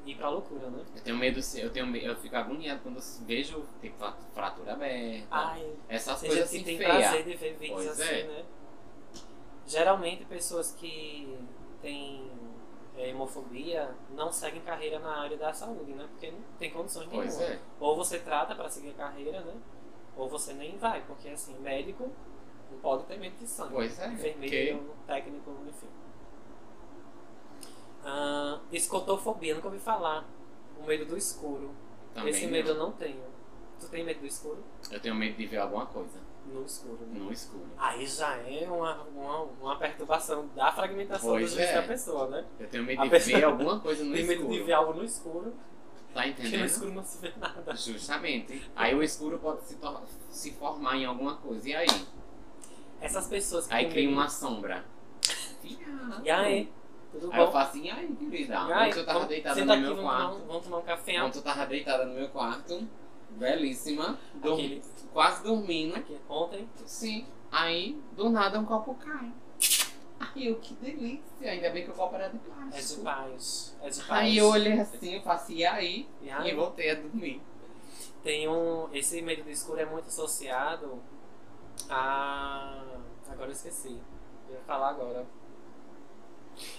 Speaker 1: ir pra loucura, né?
Speaker 2: Eu tenho medo, se- eu tenho me- eu fico agoniado quando eu vejo tipo, fra- fratura aberta,
Speaker 1: Ai,
Speaker 2: essas
Speaker 1: Ah, tem
Speaker 2: coisas
Speaker 1: gente
Speaker 2: assim
Speaker 1: que tem
Speaker 2: feias.
Speaker 1: prazer de ver vídeos
Speaker 2: Pois
Speaker 1: assim,
Speaker 2: é.
Speaker 1: né? Geralmente pessoas que têm é, hemofobia não seguem carreira na área da saúde, né? Porque não tem condições
Speaker 2: Pois
Speaker 1: nenhuma.
Speaker 2: é.
Speaker 1: Ou você trata pra seguir a carreira, né? Ou você nem vai, porque assim, médico não pode ter medo de sangue.
Speaker 2: Pois é.
Speaker 1: Enfermeiro,
Speaker 2: Porque
Speaker 1: um técnico, enfim. Ah, escotofobia, nunca ouvi falar. O medo do escuro.
Speaker 2: também
Speaker 1: Esse
Speaker 2: não.
Speaker 1: medo eu não tenho. Tu tem medo do escuro?
Speaker 2: eu tenho medo de ver alguma coisa
Speaker 1: No escuro. né?
Speaker 2: no escuro.
Speaker 1: Aí já é uma, uma, uma perturbação da fragmentação
Speaker 2: Pois
Speaker 1: do juízo
Speaker 2: é.
Speaker 1: da pessoa, né?
Speaker 2: Eu tenho medo
Speaker 1: A
Speaker 2: de
Speaker 1: pessoa-
Speaker 2: ver alguma coisa no
Speaker 1: tem medo
Speaker 2: escuro.
Speaker 1: de ver algo no escuro,
Speaker 2: Tá
Speaker 1: porque no
Speaker 2: entendendo?
Speaker 1: escuro não se vê nada.
Speaker 2: Justamente. Aí o escuro pode se, tor- se formar em alguma coisa. E aí?
Speaker 1: Essas pessoas que
Speaker 2: Aí
Speaker 1: têm
Speaker 2: cria
Speaker 1: medo-
Speaker 2: uma sombra.
Speaker 1: E aí? Tudo
Speaker 2: Aí eu
Speaker 1: bom?
Speaker 2: faço assim, ai, querida.
Speaker 1: E aí,
Speaker 2: Ontem eu tava
Speaker 1: vamos-
Speaker 2: deitada
Speaker 1: senta aqui,
Speaker 2: no meu
Speaker 1: vamos tomar um-
Speaker 2: quarto.
Speaker 1: Vamos tomar um café.
Speaker 2: Ontem eu tava deitada no meu quarto. Belíssima. dorm-
Speaker 1: Aquele-
Speaker 2: Quase dormindo.
Speaker 1: aqui, ontem.
Speaker 2: Sim. Aí, do nada, um copo cai. Ai, eu, que delícia. Ainda bem que o copo era de
Speaker 1: É de
Speaker 2: plástico.
Speaker 1: paz. É de paz.
Speaker 2: Aí eu olhei assim, eu faço, e aí?
Speaker 1: E
Speaker 2: E
Speaker 1: aí,
Speaker 2: voltei a dormir.
Speaker 1: tem um. Esse medo do escuro é muito associado a. Agora eu esqueci. Eu ia falar agora.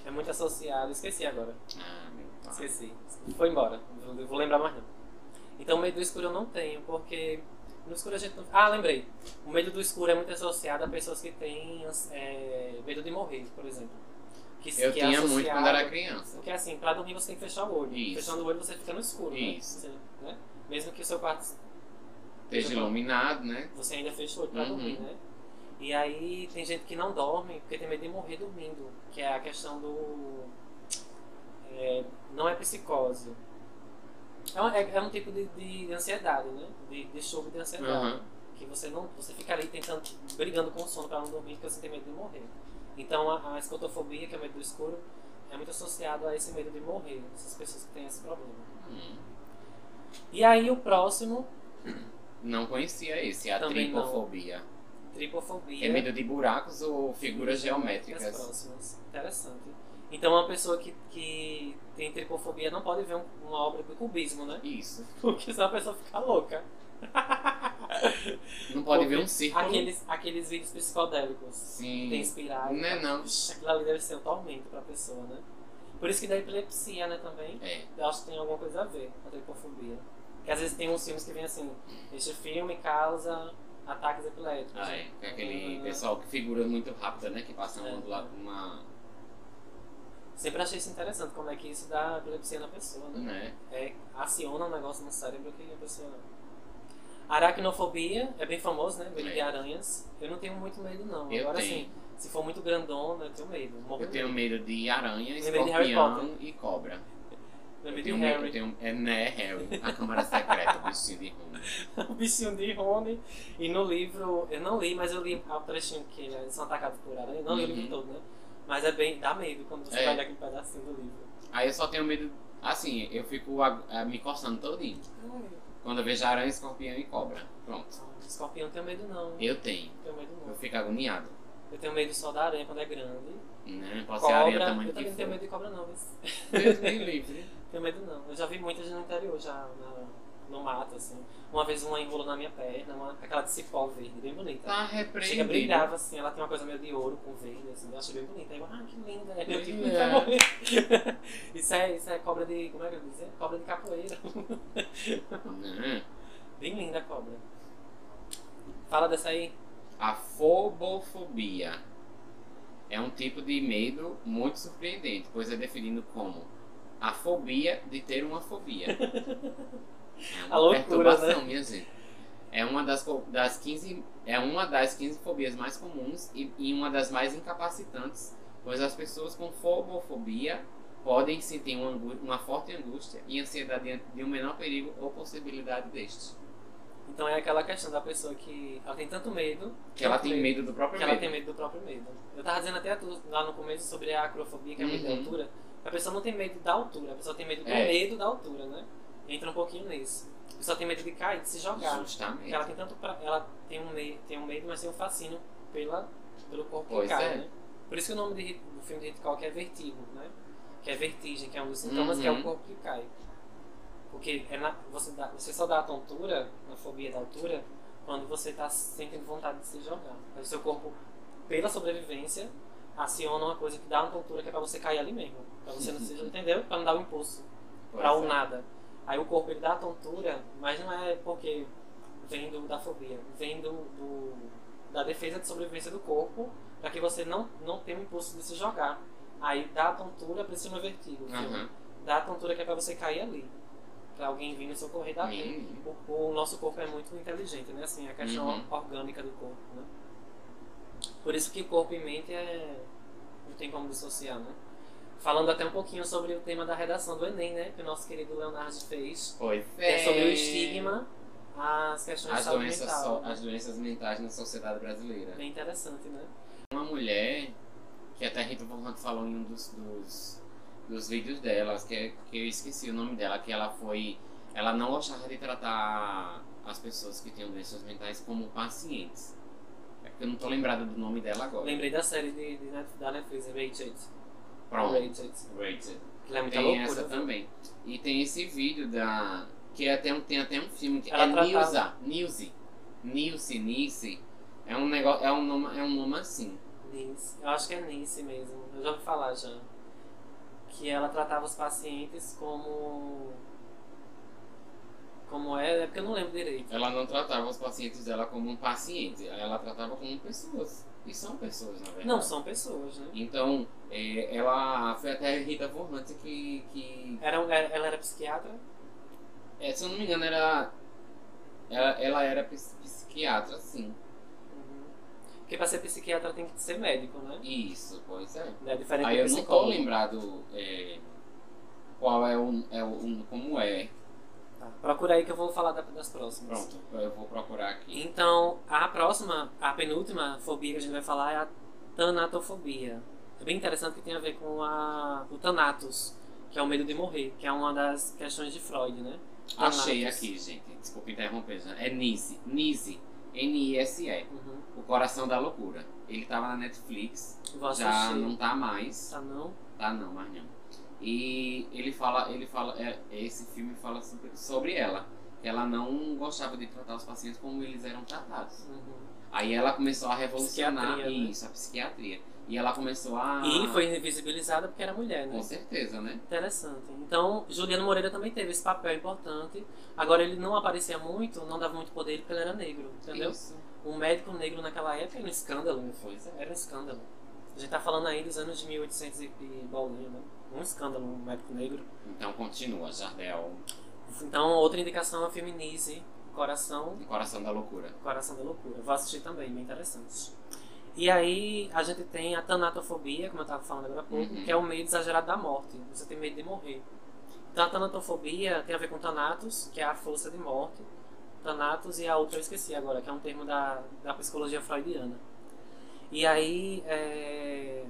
Speaker 1: É muito associado. Esqueci agora.
Speaker 2: Ah, meu pai.
Speaker 1: Esqueci. Foi embora. Vou- Vou lembrar mais não. Então, medo do escuro eu não tenho, porque No escuro a gente não... Ah, lembrei. O medo do escuro é muito associado a pessoas que têm é, medo de morrer, por exemplo. Que,
Speaker 2: Eu
Speaker 1: que é
Speaker 2: tinha muito quando
Speaker 1: associado-
Speaker 2: era criança.
Speaker 1: Porque assim, pra dormir você tem que fechar o olho.
Speaker 2: Isso.
Speaker 1: Fechando o olho você fica no escuro, né?
Speaker 2: Isso.
Speaker 1: Você- né? Mesmo que o seu quarto
Speaker 2: Esteja iluminado, né?
Speaker 1: você ainda fecha o olho pra
Speaker 2: Uhum.
Speaker 1: dormir, né? E aí tem gente que não dorme porque tem medo de morrer dormindo, que é a questão do. é, não é psicose. É um, é- é um tipo de, de ansiedade, né? De distúrbio de ansiedade.
Speaker 2: Aham.
Speaker 1: Que você não. Você fica ali tentando, brigando com o sono pra não dormir porque você tem medo de morrer. Então a, a escotofobia, que é o medo do escuro, é muito associado a esse medo de morrer, essas pessoas que têm esse problema.
Speaker 2: Hum.
Speaker 1: E aí o próximo,
Speaker 2: Não conhecia esse, a
Speaker 1: Também não.
Speaker 2: tripofobia.
Speaker 1: tripofobia.
Speaker 2: É medo de buracos ou figuras
Speaker 1: As
Speaker 2: geométricas.
Speaker 1: próximas. Interessante. Então, uma pessoa que, que tem tripofobia não pode ver um- uma obra do cubismo, né?
Speaker 2: Isso.
Speaker 1: Porque senão a pessoa fica louca.
Speaker 2: Não pode
Speaker 1: Porque
Speaker 2: ver um círculo.
Speaker 1: Aqueles, aqueles vídeos psicodélicos. que Tem
Speaker 2: Sim.
Speaker 1: espirais.
Speaker 2: Não é não.
Speaker 1: Vixe, Aquilo ali deve ser um tormento pra pessoa, né? Por isso que dá epilepsia, né, também.
Speaker 2: É.
Speaker 1: Eu acho que tem alguma coisa a ver com a tripofobia. Porque às vezes tem uns filmes que vem assim, este filme causa ataques epiléticos.
Speaker 2: Ah, é. Tem Aquele
Speaker 1: Ah.
Speaker 2: pessoal que figura muito rápido, né? Que passa
Speaker 1: É.
Speaker 2: um do lado de uma.
Speaker 1: Sempre achei isso interessante, como é que isso dá epilepsia na pessoa, né?
Speaker 2: né?
Speaker 1: é, aciona um negócio no cérebro que a é pessoa. né? Aracnofobia é bem famoso, né? Medo de
Speaker 2: É.
Speaker 1: aranhas. Eu não tenho muito medo, não.
Speaker 2: Eu
Speaker 1: Agora
Speaker 2: tenho.
Speaker 1: sim, se for muito grandona, eu tenho medo. Morro
Speaker 2: Eu
Speaker 1: de
Speaker 2: tenho
Speaker 1: medo.
Speaker 2: medo de aranha,
Speaker 1: Lembrei de Harry
Speaker 2: escorpião e cobra.
Speaker 1: Meu medo
Speaker 2: Eu
Speaker 1: de
Speaker 2: tenho medo,
Speaker 1: Harry.
Speaker 2: eu tenho. É, né, Harry? A câmara secreta, o bichinho de rumo.
Speaker 1: o bichinho de Rony. E no livro, eu não li, mas eu li o trechinho que é, eles são atacados por aranha. Não li o livro
Speaker 2: Uhum.
Speaker 1: todo, né? Mas é bem. dá medo quando você
Speaker 2: É.
Speaker 1: vai ler aquele pedacinho do livro.
Speaker 2: Aí eu só tenho medo. Assim, eu fico ag- ah, me coçando todinho. Quando eu vejo aranha, escorpião e cobra. Pronto.
Speaker 1: Não, Então, Escorpião eu tenho medo, não.
Speaker 2: Eu tenho.
Speaker 1: Não tenho medo,
Speaker 2: Eu
Speaker 1: não.
Speaker 2: fico agoniado.
Speaker 1: Eu tenho medo só da aranha quando é grande.
Speaker 2: Né? Pode ser
Speaker 1: Cobra.
Speaker 2: aranha
Speaker 1: Eu
Speaker 2: tamanho
Speaker 1: também
Speaker 2: que
Speaker 1: não tenho
Speaker 2: for.
Speaker 1: medo de cobra, não. Mas...
Speaker 2: Deus me livre.
Speaker 1: Tenho medo não. Eu já vi muitas no interior, já na- no mato, assim. Uma vez uma enrolou na minha perna, uma, aquela de cipó verde, bem bonita.
Speaker 2: Tá
Speaker 1: Chega,
Speaker 2: repreendido.
Speaker 1: brilhava assim, ela tem uma coisa meio de ouro com verde, assim, eu achei bem bonita. Aí eu, ah, que linda, é meu tipo,
Speaker 2: É.
Speaker 1: vai morrer. isso, é, isso é cobra de, como é que eu dizia? Cobra de capoeira.
Speaker 2: Né?
Speaker 1: Bem linda a cobra. Fala dessa aí.
Speaker 2: A fobofobia é um tipo de medo muito surpreendente, pois é definido como a fobia de ter uma fobia. É uma
Speaker 1: A loucura, né?
Speaker 2: perturbação, minha gente. É uma das, co- das 15, é uma das 15 fobias mais comuns e, e uma das mais incapacitantes, pois as pessoas com fobofobia podem sentir uma, angú- uma forte angústia e ansiedade diante de um menor perigo ou possibilidade deste.
Speaker 1: Então é aquela questão da pessoa que ela tem tanto é medo
Speaker 2: Que ela
Speaker 1: tanto
Speaker 2: tem medo do próprio
Speaker 1: Porque ela
Speaker 2: medo.
Speaker 1: tem medo do próprio medo. Eu tava dizendo até a tu, lá no começo sobre a acrofobia, que é medo da
Speaker 2: Uhum.
Speaker 1: altura. A pessoa não tem medo da altura, a pessoa tem medo do
Speaker 2: É.
Speaker 1: medo da altura, né? Entra um pouquinho nisso. A pessoa tem medo de cair, de se jogar. Porque
Speaker 2: Justamente.
Speaker 1: ela tem tanto pra, ela tem um medo, tem um medo, mas tem um fascínio pela pelo corpo
Speaker 2: Pois
Speaker 1: que cai,
Speaker 2: é.
Speaker 1: né? Por isso que o nome de- do filme de Hitchcock é Vertigo, né? Que é vertigem, que é um dos sintomas que é o
Speaker 2: Uhum.
Speaker 1: corpo que cai. Porque é na- você, dá- você só dá a tontura, a fobia da altura, quando você está sentindo vontade de se jogar. Aí o seu corpo, pela sobrevivência, aciona uma coisa que dá uma tontura que é pra você cair ali mesmo. Pra você não se entendeu? Pra não dar o impulso
Speaker 2: Pois
Speaker 1: pra
Speaker 2: é.
Speaker 1: o nada. Aí o corpo ele dá a tontura, mas não é porque vem do, da fobia, vem do, do- da defesa de sobrevivência do corpo, para que você não, não tenha o impulso de se jogar. Aí dá a tontura, por isso chama vertigo. viu?
Speaker 2: Aham.
Speaker 1: Dá a tontura que é pra você cair ali, pra alguém vir nos socorrer dali.
Speaker 2: Menino.
Speaker 1: O, o nosso corpo é muito inteligente, né? Assim, a questão
Speaker 2: Uhum.
Speaker 1: orgânica do corpo, né? Por isso que corpo e mente é... não tem como dissociar, né? Falando até um pouquinho sobre o tema da redação do Enem, né? Que o nosso querido Leonardo fez.
Speaker 2: Pois
Speaker 1: Que é sobre o
Speaker 2: é.
Speaker 1: estigma, as questões
Speaker 2: As
Speaker 1: de saúde
Speaker 2: doenças,
Speaker 1: mental. né?
Speaker 2: so- as doenças mentais na sociedade brasileira.
Speaker 1: Bem interessante, né?
Speaker 2: Uma mulher, que até a Rita Von Hunt falou em um dos, dos, dos vídeos dela, que, é- que eu esqueci o nome dela, que ela foi. Ela não gostava de tratar as pessoas que tinham doenças mentais como pacientes. É porque eu não tô lembrada do nome dela agora.
Speaker 1: Lembrei da série de, de Net- da Netflix, Rated.
Speaker 2: Pronto.
Speaker 1: Rated.
Speaker 2: Rated.
Speaker 1: Que é muita
Speaker 2: Tem
Speaker 1: loucura.
Speaker 2: essa também. E tem esse vídeo da. Que é até um, tem até um filme que
Speaker 1: Ela
Speaker 2: é
Speaker 1: tratava-
Speaker 2: Nilza. Nilce. Nilce, Nilce. É um negócio. É um nome, é um nome assim.
Speaker 1: Nice. Eu acho que é Nice mesmo. Eu já ouvi falar já. Que ela tratava os pacientes como. como é, é porque eu não lembro direito.
Speaker 2: Ela não tratava os pacientes dela como um paciente, ela tratava como pessoas. E são pessoas, na verdade.
Speaker 1: Não, são pessoas, né?
Speaker 2: Então, é, ela foi até Rita Von Hunt que, que
Speaker 1: Era, um- era- ela era psiquiatra?
Speaker 2: é, se eu não me engano, era, ela, ela era ps- psiquiatra, sim.
Speaker 1: Uhum. Porque pra ser psiquiatra tem que ser médico, né?
Speaker 2: Isso, pois é.
Speaker 1: Não é diferente
Speaker 2: Aí eu
Speaker 1: do
Speaker 2: não tô
Speaker 1: psicólogo.
Speaker 2: lembrado é, qual é o, é o como é.
Speaker 1: Tá. Procura aí que eu vou falar da- das próximas.
Speaker 2: Pronto, eu vou procurar aqui.
Speaker 1: Então, a próxima, a penúltima fobia que a gente vai falar é a tanatofobia. É bem interessante que tem a ver com a, o Thanatos, que é o medo de morrer, que é uma das questões de Freud, né?
Speaker 2: Achei
Speaker 1: Thanatos.
Speaker 2: aqui, gente. Desculpa interromper, já. É Nise. Nise. N-I-S-E.
Speaker 1: Uhum.
Speaker 2: O Coração da Loucura. Ele tava na Netflix.
Speaker 1: Vou assistir.
Speaker 2: já não tá mais.
Speaker 1: Tá não?
Speaker 2: Tá não, mas não. E ele fala, ele fala, é, esse filme fala sobre, sobre ela. que Ela não gostava de tratar os pacientes como eles eram tratados.
Speaker 1: Uhum.
Speaker 2: Aí ela começou a revolucionar
Speaker 1: Psiquiatria, né?
Speaker 2: isso, a psiquiatria. E ela começou a.
Speaker 1: E foi invisibilizada porque era mulher, né?
Speaker 2: Com certeza, né?
Speaker 1: Interessante. Então, Juliano Moreira também teve esse papel importante. Agora, ele não aparecia muito, não dava muito poder porque ele era negro, entendeu?
Speaker 2: Isso.
Speaker 1: Um médico negro naquela época era um escândalo, meu filho.
Speaker 2: Pois é.
Speaker 1: Era um escândalo. A gente tá falando aí dos anos de 1800 e e bolinha, né? Um escândalo, um médico negro.
Speaker 2: Então continua, Jardel.
Speaker 1: Então, outra indicação é Feminize, Coração,
Speaker 2: O Coração da Loucura.
Speaker 1: Coração da Loucura. Vou assistir também, bem interessante. E aí, a gente tem a tanatofobia, como eu tava falando agora há pouco,
Speaker 2: Uhum.
Speaker 1: que é o medo exagerado da morte. Você tem medo de morrer. Então, a tanatofobia tem a ver com Thanatos, que é a força de morte. Thanatos e a outra eu esqueci agora, que é um termo da, da psicologia freudiana. E aí, é,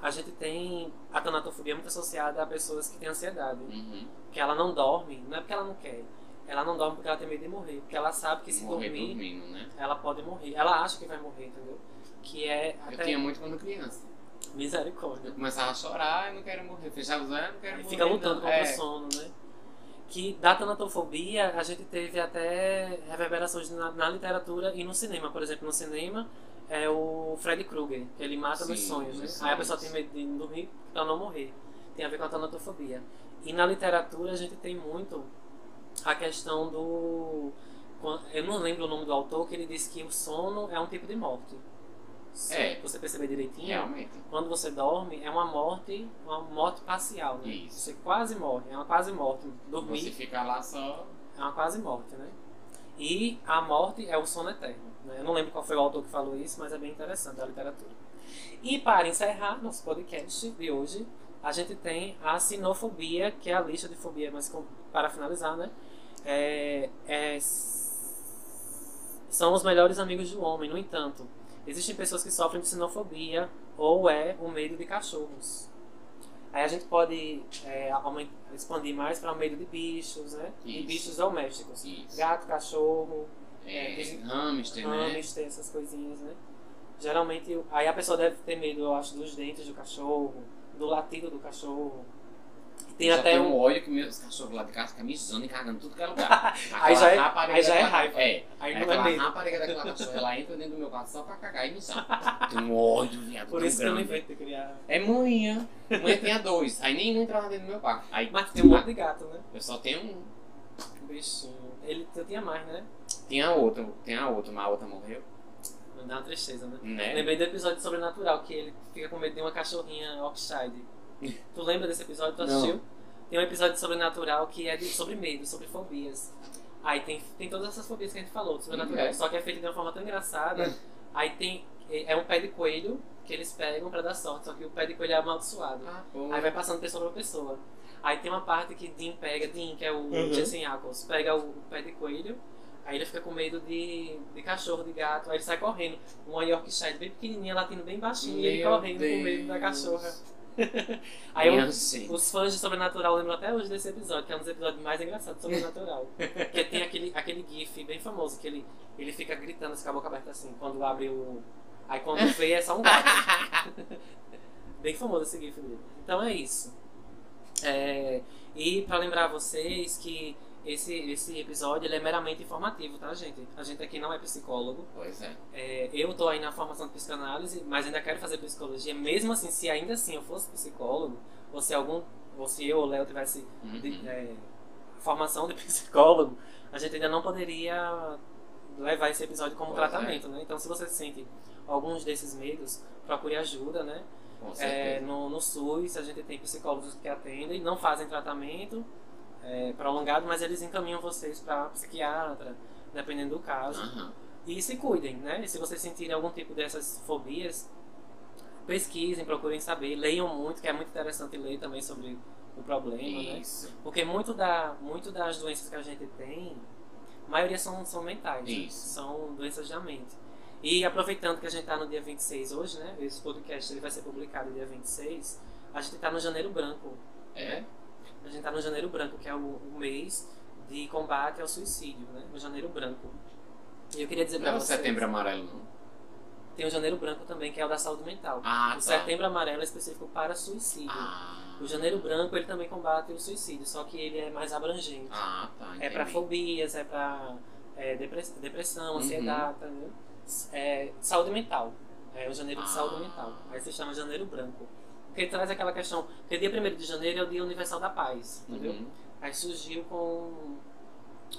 Speaker 1: a gente tem a tanatofobia é muito associada a pessoas que têm ansiedade.
Speaker 2: Uhum.
Speaker 1: Porque ela não dorme, não é porque ela não quer. Ela não dorme porque ela tem medo de morrer. Porque ela sabe que se
Speaker 2: Morrer
Speaker 1: dormir,
Speaker 2: dormindo, né?
Speaker 1: ela pode morrer. Ela acha que vai morrer, entendeu? Que é até
Speaker 2: Eu tinha muito quando criança. Eu
Speaker 1: misericórdia.
Speaker 2: começava a chorar, eu não quero morrer. Fechava os olhos, eu não quero
Speaker 1: E
Speaker 2: morrer.
Speaker 1: fica lutando
Speaker 2: não.
Speaker 1: contra
Speaker 2: É.
Speaker 1: o sono, né? Que da tanatofobia a gente teve até reverberações na, na literatura e no cinema. Por exemplo, no cinema é o Freddy Krueger, que ele mata nos
Speaker 2: Sim,
Speaker 1: sonhos, né?
Speaker 2: nos
Speaker 1: Aí a pessoa tem
Speaker 2: sonhos.
Speaker 1: medo de dormir pra não morrer. Tem a ver com a tanatofobia. E na literatura a gente tem muito a questão do. quan- Eu não lembro o nome do autor, que ele diz que o sono é um tipo de morte. Se
Speaker 2: É.
Speaker 1: você perceber direitinho,
Speaker 2: Realmente.
Speaker 1: quando você dorme, é uma morte, uma morte parcial, né?
Speaker 2: Isso.
Speaker 1: Você quase morre, é uma quase morte. Dormir
Speaker 2: Você fica lá só.
Speaker 1: é uma quase morte, né? E a morte é o sono eterno. Né? Eu não lembro qual foi o autor que falou isso, mas é bem interessante a literatura. E para encerrar nosso podcast de hoje, a gente tem a sinofobia, que é a lista de fobia, mas com- para finalizar, né? É- é- são os melhores amigos do homem, no entanto. Existem pessoas que sofrem de sinofobia ou é o medo de cachorros. Aí a gente pode é, aumen- expandir mais para o medo de bichos, né? De
Speaker 2: Isso.
Speaker 1: bichos domésticos.
Speaker 2: Isso.
Speaker 1: assim. Gato, cachorro,
Speaker 2: É,
Speaker 1: É,
Speaker 2: hamster, né?
Speaker 1: hamster, essas coisinhas, né? Geralmente, eu- aí a pessoa deve ter medo, eu acho, dos dentes do cachorro, do latido do cachorro. E tem
Speaker 2: já
Speaker 1: até
Speaker 2: tem
Speaker 1: um.
Speaker 2: um óleo que meus cachorros lá de casa ficam mijando e cagando tudo que é lugar.
Speaker 1: Aí já é-
Speaker 2: Aquela rapariga
Speaker 1: aí já é
Speaker 2: daquela-
Speaker 1: raiva.
Speaker 2: É,
Speaker 1: Aí
Speaker 2: é
Speaker 1: não é
Speaker 2: aquela
Speaker 1: medo.
Speaker 2: rapariga daquela cachorra, ela entra dentro do meu quarto só pra cagar e mijar. Tem um ódio, viado.
Speaker 1: Por
Speaker 2: tão
Speaker 1: isso que eu não
Speaker 2: grande.
Speaker 1: invento criar.
Speaker 2: É manhã. Manhã tinha dois. Aí nenhum entrava dentro do meu quarto. Aí
Speaker 1: Mas tem um monte de gato, né?
Speaker 2: eu só tenho um.
Speaker 1: Bichinho. Ele eu tinha mais, né?
Speaker 2: Tinha outro, tinha outro, mas a outra morreu.
Speaker 1: Não dá uma tristeza, né?
Speaker 2: Né?
Speaker 1: Lembrei do episódio de Sobrenatural, que ele fica com medo de uma cachorrinha Oxide. tu lembra desse episódio? Tu
Speaker 2: Não.
Speaker 1: assistiu? Tem um episódio de Sobrenatural que é de, sobre medo, sobre fobias. Aí tem, tem todas essas fobias que a gente falou, do Sobrenatural.
Speaker 2: É.
Speaker 1: Só que é feito de uma forma tão
Speaker 2: Uhum.
Speaker 1: engraçada. Aí tem. É um pé de coelho que eles pegam pra dar sorte, só que o pé de coelho é amaldiçoado.
Speaker 2: Ah, pô.
Speaker 1: Aí vai passando pessoa pra pessoa. Aí tem uma parte que Dean pega, Dean, que é o
Speaker 2: Uhum.
Speaker 1: Jensen Ackles, pega o pé de coelho, aí ele fica com medo de, de cachorro, de gato, aí ele sai correndo. Uma Yorkshire bem pequenininha, latindo bem baixinho, e ele
Speaker 2: Meu
Speaker 1: correndo com medo
Speaker 2: Deus.
Speaker 1: da cachorra. Aí é um eu-
Speaker 2: Minha gente.
Speaker 1: os fãs de Sobrenatural lembram até hoje desse episódio, que é um dos episódios mais engraçados de Sobrenatural. Porque tem aquele, aquele gif bem famoso, que ele, ele fica gritando assim, com a boca aberta assim, quando abre o... Aí quando vê é só um gato. Bem famoso esse GIF dele. Então é isso. É, e pra lembrar vocês que esse, esse episódio ele é meramente informativo, tá, gente? A gente aqui não é psicólogo.
Speaker 2: Pois é.
Speaker 1: É, eu tô aí na formação de psicanálise, mas ainda quero fazer psicologia. Mesmo assim, se ainda assim eu fosse psicólogo, ou se algum. Ou se eu ou Léo tivesse
Speaker 2: Uhum.
Speaker 1: de- é, formação de psicólogo, a gente ainda não poderia levar esse episódio como
Speaker 2: Pois é.
Speaker 1: tratamento, né? Então, se você sente alguns desses medos, procure ajuda, né?
Speaker 2: Com certeza.
Speaker 1: É, no, no SUS, a gente tem psicólogos que atendem, não fazem tratamento é, prolongado, mas eles encaminham vocês para psiquiatra, dependendo do caso.
Speaker 2: Aham.
Speaker 1: E se cuidem, né? E se vocês sentirem algum tipo dessas fobias, pesquisem, procurem saber, leiam muito, que é muito interessante ler também sobre o problema, né?
Speaker 2: Isso,
Speaker 1: Porque muito, da, muito das doenças que a gente tem, a maioria são, são mentais, né?
Speaker 2: Isso.
Speaker 1: são doenças da mente. E aproveitando que a gente está no dia 26 hoje, né? Esse podcast ele vai ser publicado dia 26. A gente está no Janeiro Branco.
Speaker 2: é.
Speaker 1: A gente está no Janeiro Branco, que é o, o mês de combate ao suicídio, né? O Janeiro Branco. E eu queria dizer
Speaker 2: Não é
Speaker 1: para
Speaker 2: o
Speaker 1: vocês...
Speaker 2: setembro amarelo, não.
Speaker 1: Tem o Janeiro Branco também, que é o da saúde mental.
Speaker 2: Ah,
Speaker 1: o
Speaker 2: tá.
Speaker 1: Setembro Amarelo é específico para suicídio.
Speaker 2: Ah,
Speaker 1: O Janeiro Branco ele também combate o suicídio, só que ele é mais abrangente.
Speaker 2: ah tá.
Speaker 1: é para
Speaker 2: entendi.
Speaker 1: fobias, é para depressão, depressão
Speaker 2: Uhum.
Speaker 1: ansiedade, entendeu? É, saúde mental. É o Janeiro de
Speaker 2: Ah.
Speaker 1: Saúde Mental. Aí se chama Janeiro Branco. Porque traz aquela questão, porque dia 1 de janeiro é o Dia Universal da Paz, entendeu?
Speaker 2: Uhum.
Speaker 1: Aí surgiu com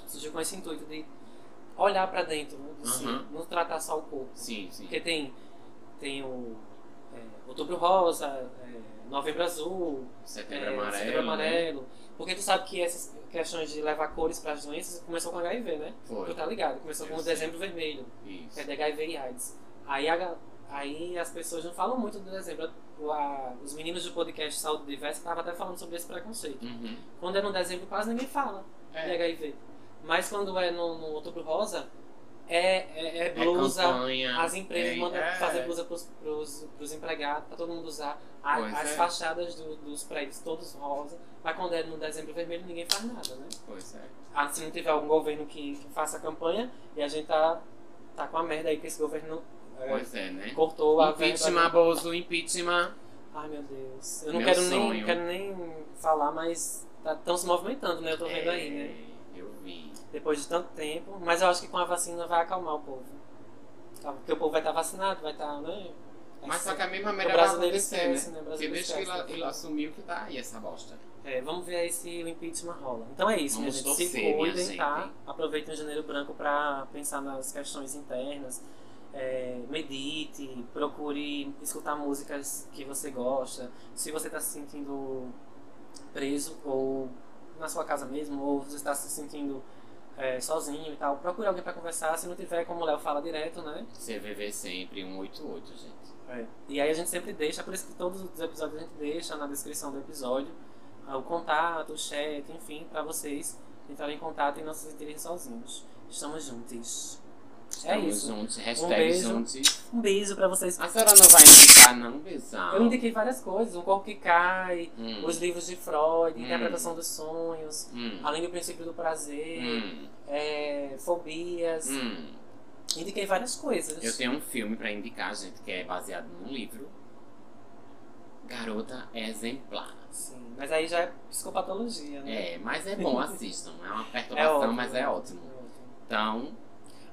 Speaker 1: surgiu com esse intuito de olhar para dentro, né, de si,
Speaker 2: Uhum.
Speaker 1: não tratar só o corpo.
Speaker 2: Sim, sim.
Speaker 1: Porque tem, tem o é, Outubro Rosa, é, Novembro Azul,
Speaker 2: Setembro
Speaker 1: é,
Speaker 2: amarelo.
Speaker 1: Setembro
Speaker 2: Né?
Speaker 1: Amarelo. Porque tu sabe que essas questões de levar cores para as doenças começou com HIV, né? Tu
Speaker 2: Foi.
Speaker 1: tá ligado? Começou
Speaker 2: Eu
Speaker 1: com o
Speaker 2: sei.
Speaker 1: Dezembro Vermelho, que é
Speaker 2: Isso.
Speaker 1: de HIV e AIDS. Aí, a- aí as pessoas não falam muito do dezembro. O- a- os meninos do podcast Saúde Diversa estavam até falando sobre esse preconceito.
Speaker 2: Uhum.
Speaker 1: Quando é no dezembro, quase ninguém fala de
Speaker 2: É,
Speaker 1: HIV. Mas quando é no, no Outubro Rosa, é, é, é blusa,
Speaker 2: campanha,
Speaker 1: as empresas
Speaker 2: é-
Speaker 1: mandam
Speaker 2: é,
Speaker 1: fazer blusa pros, pros, pros empregados, pra todo mundo usar. A-
Speaker 2: Pois
Speaker 1: as
Speaker 2: é.
Speaker 1: fachadas do- dos prédios todos rosa. Mas quando é no dezembro vermelho, ninguém faz nada, né?
Speaker 2: Pois é.
Speaker 1: Ah, se não tiver algum governo que, que faça a campanha, e a gente tá, tá com a merda aí que esse governo é,
Speaker 2: Pois é, né?
Speaker 1: cortou a
Speaker 2: Impeachment,
Speaker 1: verba.
Speaker 2: Bozo, impeachment.
Speaker 1: Ai, meu Deus. Eu não
Speaker 2: Meu
Speaker 1: quero nem,
Speaker 2: sonho.
Speaker 1: quero nem falar, mas estão se movimentando, né? Eu tô vendo aí, né?
Speaker 2: É, Eu vi.
Speaker 1: depois de tanto tempo, mas eu acho que com a vacina vai acalmar o povo. Tá? Porque o povo vai estar vacinado, vai estar, né? Vai
Speaker 2: Mas só
Speaker 1: ser-
Speaker 2: que a mesma
Speaker 1: o
Speaker 2: merda vai
Speaker 1: brasileiro
Speaker 2: acontecer, É né?
Speaker 1: esquece, né? O
Speaker 2: Porque
Speaker 1: brasileiro
Speaker 2: desde que
Speaker 1: esquece.
Speaker 2: ele, ele assumiu que tá aí essa bosta.
Speaker 1: É, vamos ver aí se o impeachment rola. Então é isso,
Speaker 2: Vamos
Speaker 1: minha gente. Se
Speaker 2: torcer, minha
Speaker 1: cuidem,
Speaker 2: gente.
Speaker 1: tá? Aproveitem o janeiro branco para pensar nas questões internas. É, medite, procure escutar músicas que você gosta. Se você está se sentindo preso ou na sua casa mesmo, ou você está se sentindo é, sozinho e tal, procure alguém para conversar. Se não tiver, como o Léo fala direto, né?
Speaker 2: CVV sempre 188, gente.
Speaker 1: É E aí a gente sempre deixa, por isso que todos os episódios a gente deixa na descrição do episódio ah, o contato, o chat, enfim, pra vocês entrarem em contato e não se sentirem sozinhos. Estamos juntos.
Speaker 2: Estamos
Speaker 1: isso.
Speaker 2: juntos,
Speaker 1: Um
Speaker 2: hashtag
Speaker 1: beijo.
Speaker 2: juntos.
Speaker 1: Um beijo pra vocês.
Speaker 2: A senhora não vai indicar, não, Bezão?
Speaker 1: Eu indiquei várias coisas, um corpo que cai,
Speaker 2: Hum,
Speaker 1: os livros de Freud,
Speaker 2: Hum.
Speaker 1: interpretação dos sonhos,
Speaker 2: hum,
Speaker 1: além do princípio do prazer,
Speaker 2: hum,
Speaker 1: é, fobias.
Speaker 2: hum.
Speaker 1: Indiquei várias coisas.
Speaker 2: Eu tenho um filme pra indicar, gente, que é baseado num livro. Garota Exemplar.
Speaker 1: Sim, mas aí já é psicopatologia, né?
Speaker 2: É, mas é bom, assistam. É uma perturbação,
Speaker 1: ótimo.
Speaker 2: mas é ótimo. Então,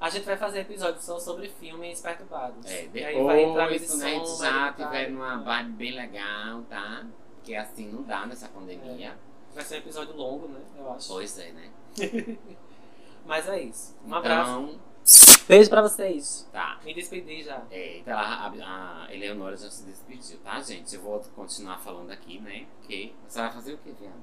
Speaker 1: A gente vai fazer episódios só sobre filmes perturbados.
Speaker 2: é,
Speaker 1: E aí vai entrar
Speaker 2: depois,
Speaker 1: medição,
Speaker 2: né, a gente
Speaker 1: vai
Speaker 2: já
Speaker 1: entrar-
Speaker 2: tiver numa vibe bem legal, tá? Porque assim não dá nessa pandemia.
Speaker 1: Vai ser um episódio longo, né? Eu acho.
Speaker 2: Pois é, né?
Speaker 1: Mas é isso. Um abraço.
Speaker 2: Então,
Speaker 1: Beijo pra vocês.
Speaker 2: tá.
Speaker 1: Me despedi já.
Speaker 2: Eita, a, a, a Eleonora já se despediu, tá, gente? Eu vou continuar falando aqui, né? Porque você vai fazer o quê, viado?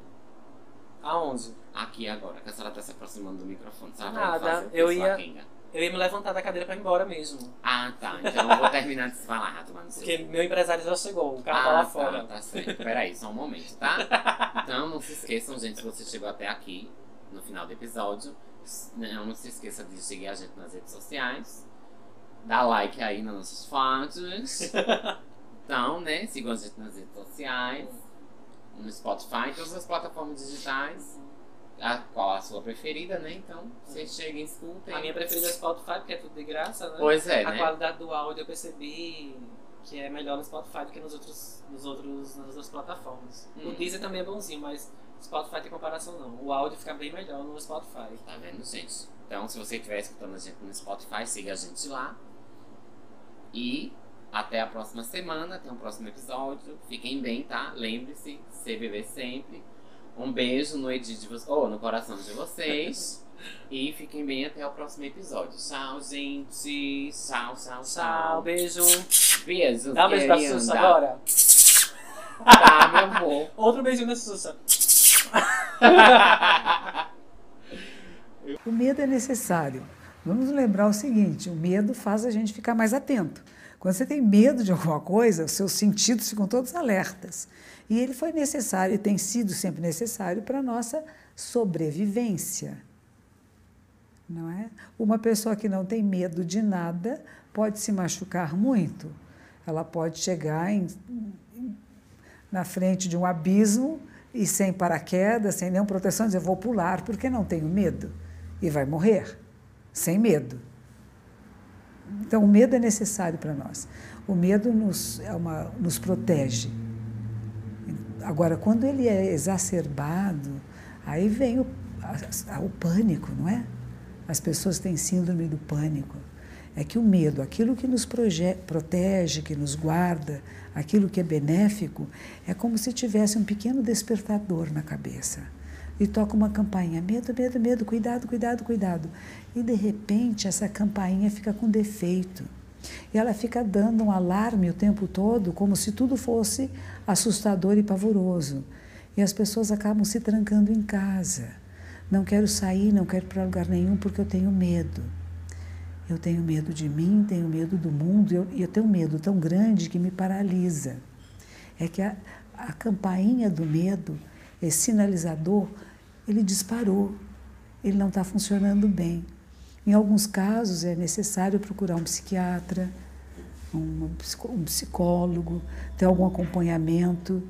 Speaker 1: Aonde?
Speaker 2: Aqui agora, que a senhora tá se aproximando do microfone. A senhora
Speaker 1: Nada,
Speaker 2: vai fazer o quê,
Speaker 1: eu
Speaker 2: sua
Speaker 1: ia-
Speaker 2: quenga?
Speaker 1: Eu ia me levantar da cadeira pra ir embora mesmo.
Speaker 2: Ah, tá. Então eu vou terminar de se falar, rato, mano.
Speaker 1: Porque meu empresário já chegou. O carro tá lá fora.
Speaker 2: Tá, certo. Peraí, só um momento, tá? Então não se esqueçam, gente, se você chegou até aqui no final do episódio, s- né, não se esqueça de seguir a gente nas redes sociais. Dá like aí nas nossas fotos. Então, né? Sigam a gente nas redes sociais, no Spotify, em todas as plataformas digitais. A, qual a sua preferida, né? Então, vocês cheguem e escutem.
Speaker 1: A minha preferida é Spotify, porque é tudo de graça, né?
Speaker 2: Pois é,
Speaker 1: a
Speaker 2: né?
Speaker 1: qualidade do áudio eu percebi que é melhor no Spotify do que nos outros, nos outros, nas outras plataformas.
Speaker 2: Hum.
Speaker 1: O Deezer também é bonzinho, mas Spotify tem comparação não. O áudio fica bem melhor no Spotify.
Speaker 2: Tá vendo, gente? Então, se você estiver escutando a gente no Spotify, siga a gente lá. E até a próxima semana, até o próximo episódio. Fiquem bem, tá? Lembre-se, CBB sempre. Um beijo no edit de vocês, ou no coração de vocês. e fiquem bem até o próximo episódio. Tchau, gente. Tchau,
Speaker 1: Tchau,
Speaker 2: tchau, tchau.
Speaker 1: beijo.
Speaker 2: Beijo.
Speaker 1: Dá um beijo pra
Speaker 2: querida.
Speaker 1: Sussa agora.
Speaker 2: Tá, meu amor.
Speaker 1: Outro beijinho na Sussa.
Speaker 3: O medo é necessário. Vamos lembrar o seguinte: o medo faz a gente ficar mais atento. Quando você tem medo de alguma coisa, os seus sentidos ficam todos alertas. E ele foi necessário e tem sido sempre necessário para a nossa sobrevivência. Não é? Uma pessoa que não tem medo de nada pode se machucar muito. Ela pode chegar em- em- na frente de um abismo e sem paraquedas, sem nenhuma proteção, dizer: vou pular porque não tenho medo. E vai morrer, sem medo. Então, o medo é necessário para nós. O medo nos, é uma- nos protege. Agora, quando ele é exacerbado, aí vem o, a- a- o pânico, não é? As pessoas têm síndrome do pânico. É que o medo, aquilo que nos proje- protege, que nos guarda, aquilo que é benéfico, é como se tivesse um pequeno despertador na cabeça. E toca uma campainha: medo, medo, medo, cuidado, cuidado, cuidado. E de repente essa campainha fica com defeito. E ela fica dando um alarme o tempo todo, como se tudo fosse assustador e pavoroso. E as pessoas acabam se trancando em casa. Não quero sair, não quero ir para lugar nenhum porque eu tenho medo. Eu tenho medo de mim, tenho medo do mundo, eu- e eu, tenho um medo tão grande que me paralisa. É que a, a campainha do medo, esse sinalizador, ele disparou, ele não está funcionando bem. Em alguns casos é necessário procurar um psiquiatra, uma psico- um psicólogo, ter algum acompanhamento.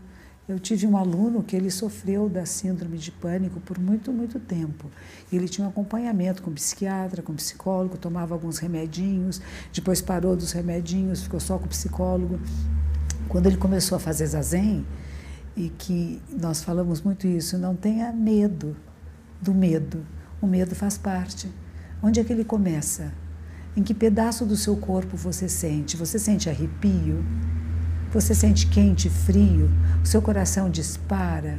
Speaker 3: Eu tive um aluno que ele sofreu da síndrome de pânico por muito, muito tempo. Ele tinha um acompanhamento com psiquiatra, com psicólogo, tomava alguns remedinhos, depois parou dos remedinhos, ficou só com o psicólogo. Quando ele começou a fazer zazen, e que nós falamos muito isso, não tenha medo do medo. O medo faz parte. Onde é que ele começa? Em que pedaço do seu corpo você sente? Você sente arrepio? Você sente quente, frio? O seu coração dispara?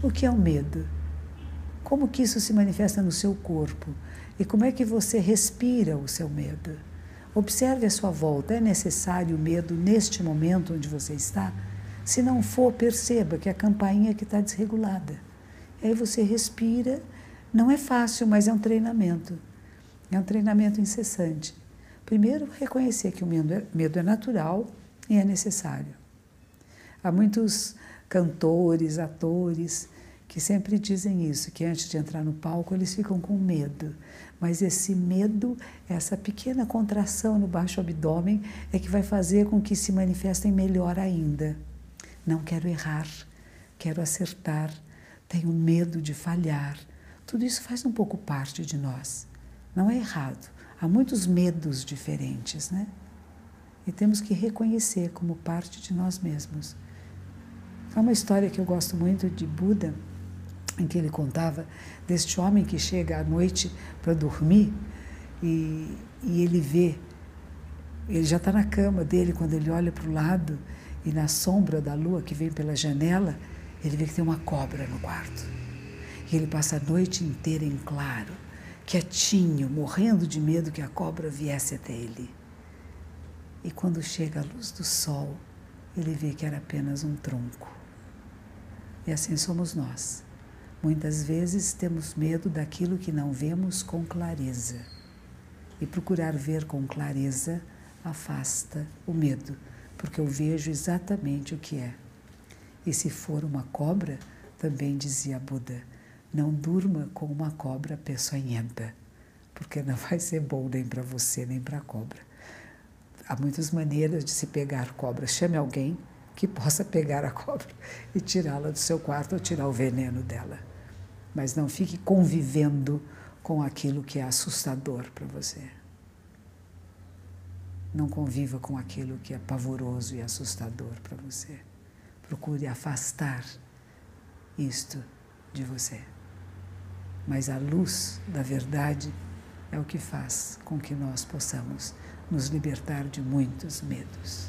Speaker 3: O que é o medo? Como que isso se manifesta no seu corpo? E como é que você respira o seu medo? Observe a sua volta. É necessário o medo neste momento onde você está? Se não for, perceba que é a campainha que está desregulada. Aí você respira. Não é fácil, mas é um treinamento. É um treinamento incessante. Primeiro, reconhecer que o medo é, medo é natural e é necessário. Há muitos cantores, atores que sempre dizem isso, que antes de entrar no palco eles ficam com medo. Mas esse medo, essa pequena contração no baixo abdômen é que vai fazer com que se manifestem melhor ainda. Não quero errar, quero acertar, tenho medo de falhar. Tudo isso faz um pouco parte de nós. Não é errado. Há muitos medos diferentes, né? e temos que reconhecer como parte de nós mesmos. Há uma história que eu gosto muito de Buda, em que ele contava deste homem que chega à noite para dormir e, e ele vê, ele já está na cama dele, quando ele olha para o lado e na sombra da lua que vem pela janela, ele vê que tem uma cobra no quarto. E ele passa a noite inteira em claro, quietinho, morrendo de medo que a cobra viesse até ele. E quando chega a luz do sol, ele vê que era apenas um tronco. E assim somos nós. Muitas vezes temos medo daquilo que não vemos com clareza. E procurar ver com clareza afasta o medo, porque eu vejo exatamente o que é. E se for uma cobra, também dizia Buda, não durma com uma cobra peçonhenta, porque não vai ser bom nem para você nem para a cobra há muitas maneiras de se pegar cobra. Chame alguém que possa pegar a cobra e tirá-la do seu quarto ou tirar o veneno dela. Mas não fique convivendo com aquilo que é assustador para você. Não conviva com aquilo que é pavoroso e assustador para você. Procure afastar isto de você. Mas a luz da verdade é o que faz com que nós possamos nos libertar de muitos medos.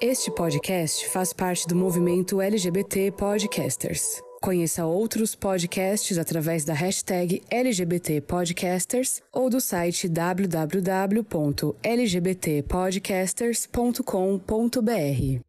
Speaker 4: Este podcast faz parte do movimento LGBT Podcasters. Conheça outros podcasts através da hashtag LGBT Podcasters ou do site www.lgbtpodcasters.com.br.